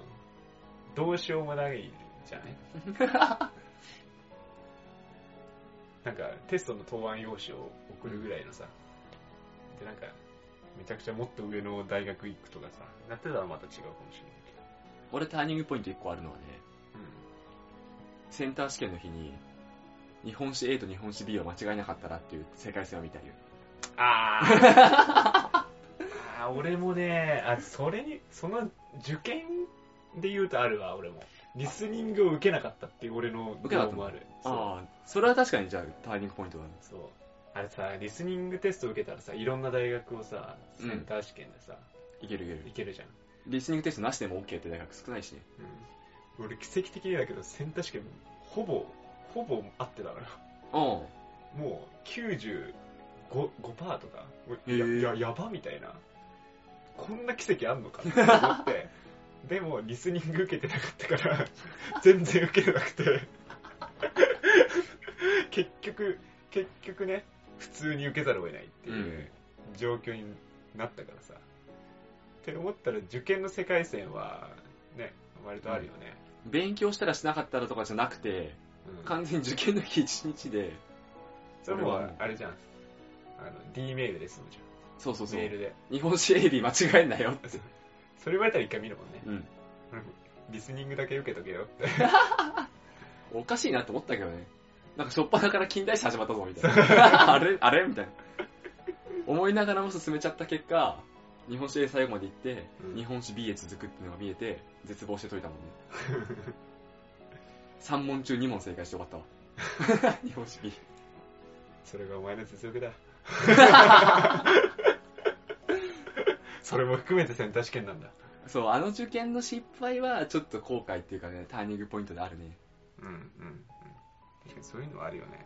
Speaker 1: どうしようもないじゃ ないなんか、テストの答案用紙を送るぐらいのさ。で、なんか、めちゃくちゃもっと上の大学行くとかさ、なってたらまた違うかもしれないけど。
Speaker 3: 俺ターニングポイント一個あるのはね、
Speaker 1: う
Speaker 3: センター試験の日に、日本史 A と日本史 B を間違えなかったらっていう世界線を見たいよ。
Speaker 1: ん、あ あ俺もねあそれにその受験で言うとあるわ俺もリスニングを受けなかったっていう俺の
Speaker 3: 受けなかったの
Speaker 1: もあるそう
Speaker 3: ああ、それは確かにじゃあターニングポイントだね。
Speaker 1: そうあれさリスニングテスト受けたらさいろんな大学をさセンター試験でさ、
Speaker 3: いけるいける
Speaker 1: い。けるじゃん、
Speaker 3: リスニングテストなしでも OK って大学少ないしね。
Speaker 1: うん、俺奇跡的にだけどセンター試験ほぼほぼ合ってたのよ
Speaker 3: うん。
Speaker 1: もう95%とか
Speaker 3: へえ
Speaker 1: やややばみたいなこんな奇跡あんのかなと思ってでもリスニング受けてなかったから 全然受けれなくて 結局結局ね普通に受けざるを得ないっていう状況になったからさ、って思ったら受験の世界線はね割とあるよね、
Speaker 3: 勉強したらしなかったらとかじゃなくて、
Speaker 1: うん
Speaker 3: 完全に受験の日一日で、
Speaker 1: それもあれじゃんあの D メールで済むじ
Speaker 3: そうそ
Speaker 1: ゃ
Speaker 3: う
Speaker 1: ん
Speaker 3: そう
Speaker 1: メー。ルで
Speaker 3: 日本史 A、B 間違えんなよって。
Speaker 1: それ言われたら一回見るもんね。
Speaker 3: うん。
Speaker 1: リスニングだけ受けとけよって。
Speaker 3: おかしいなと思ったけどね。なんか初っ端から近代史始まったぞみたいな。あれあれみたいな。思いながらも進めちゃった結果、日本史 A 最後まで行って、
Speaker 1: うん
Speaker 3: 日本史 B へ続くっていうのが見えて、絶望して解いたもんね。3問中2問正解して終わったわ。日本史 B。
Speaker 1: それがお前の実力だ。それも含めてセンター試験なんだ。
Speaker 3: そう、あの受験の失敗はちょっと後悔っていうかね、ターニングポイントであるね。
Speaker 1: うんうんうん。確かにそういうのはあるよね。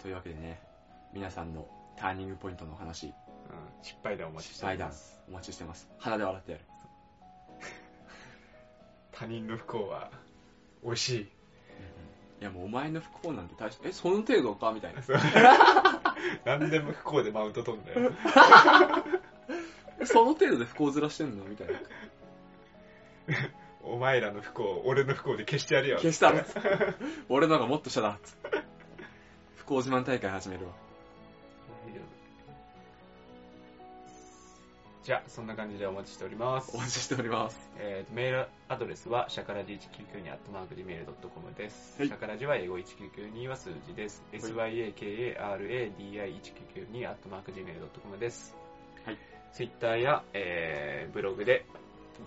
Speaker 3: というわけでね、皆さんのターニングポイントのお話、
Speaker 1: うん。うん。失敗談お待ちして
Speaker 3: 失敗
Speaker 1: おり
Speaker 3: 談
Speaker 1: ます。、
Speaker 3: お待ちしてます。鼻で笑ってやる。
Speaker 1: 他人の不幸は美味しい。
Speaker 3: いやもうお前の不幸なんて大したえその程度かみたいな
Speaker 1: そう何でも不幸でマウント取んだよ。
Speaker 3: えその程度で不幸ずらしてんのみたいな
Speaker 1: お前らの不幸を俺の不幸で消してやるよ。
Speaker 3: 消 したのつって俺のがもっと下だつって不幸自慢大会始めるわ
Speaker 1: じゃあ、そんな感じでお待ちしております
Speaker 3: お。待ちしております
Speaker 1: えーメールアドレスは、シャカラジ199にアットマーク Gmail.com です。
Speaker 3: はい
Speaker 1: シャカラジは英語1992は数字です。syakaradi1992 アットマーク Gmail.com です。
Speaker 3: はい。
Speaker 1: Twitter や、えーブログで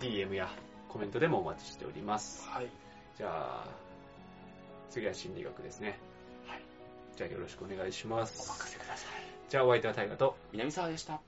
Speaker 1: DM やコメントでもお待ちしております。
Speaker 3: はい
Speaker 1: じゃあ、次は心理学ですね。
Speaker 3: はい。
Speaker 1: じゃあよろしくお願いしま
Speaker 3: お
Speaker 1: す。
Speaker 3: 任せください
Speaker 1: じゃあお相手は大河と、
Speaker 3: 南沢でした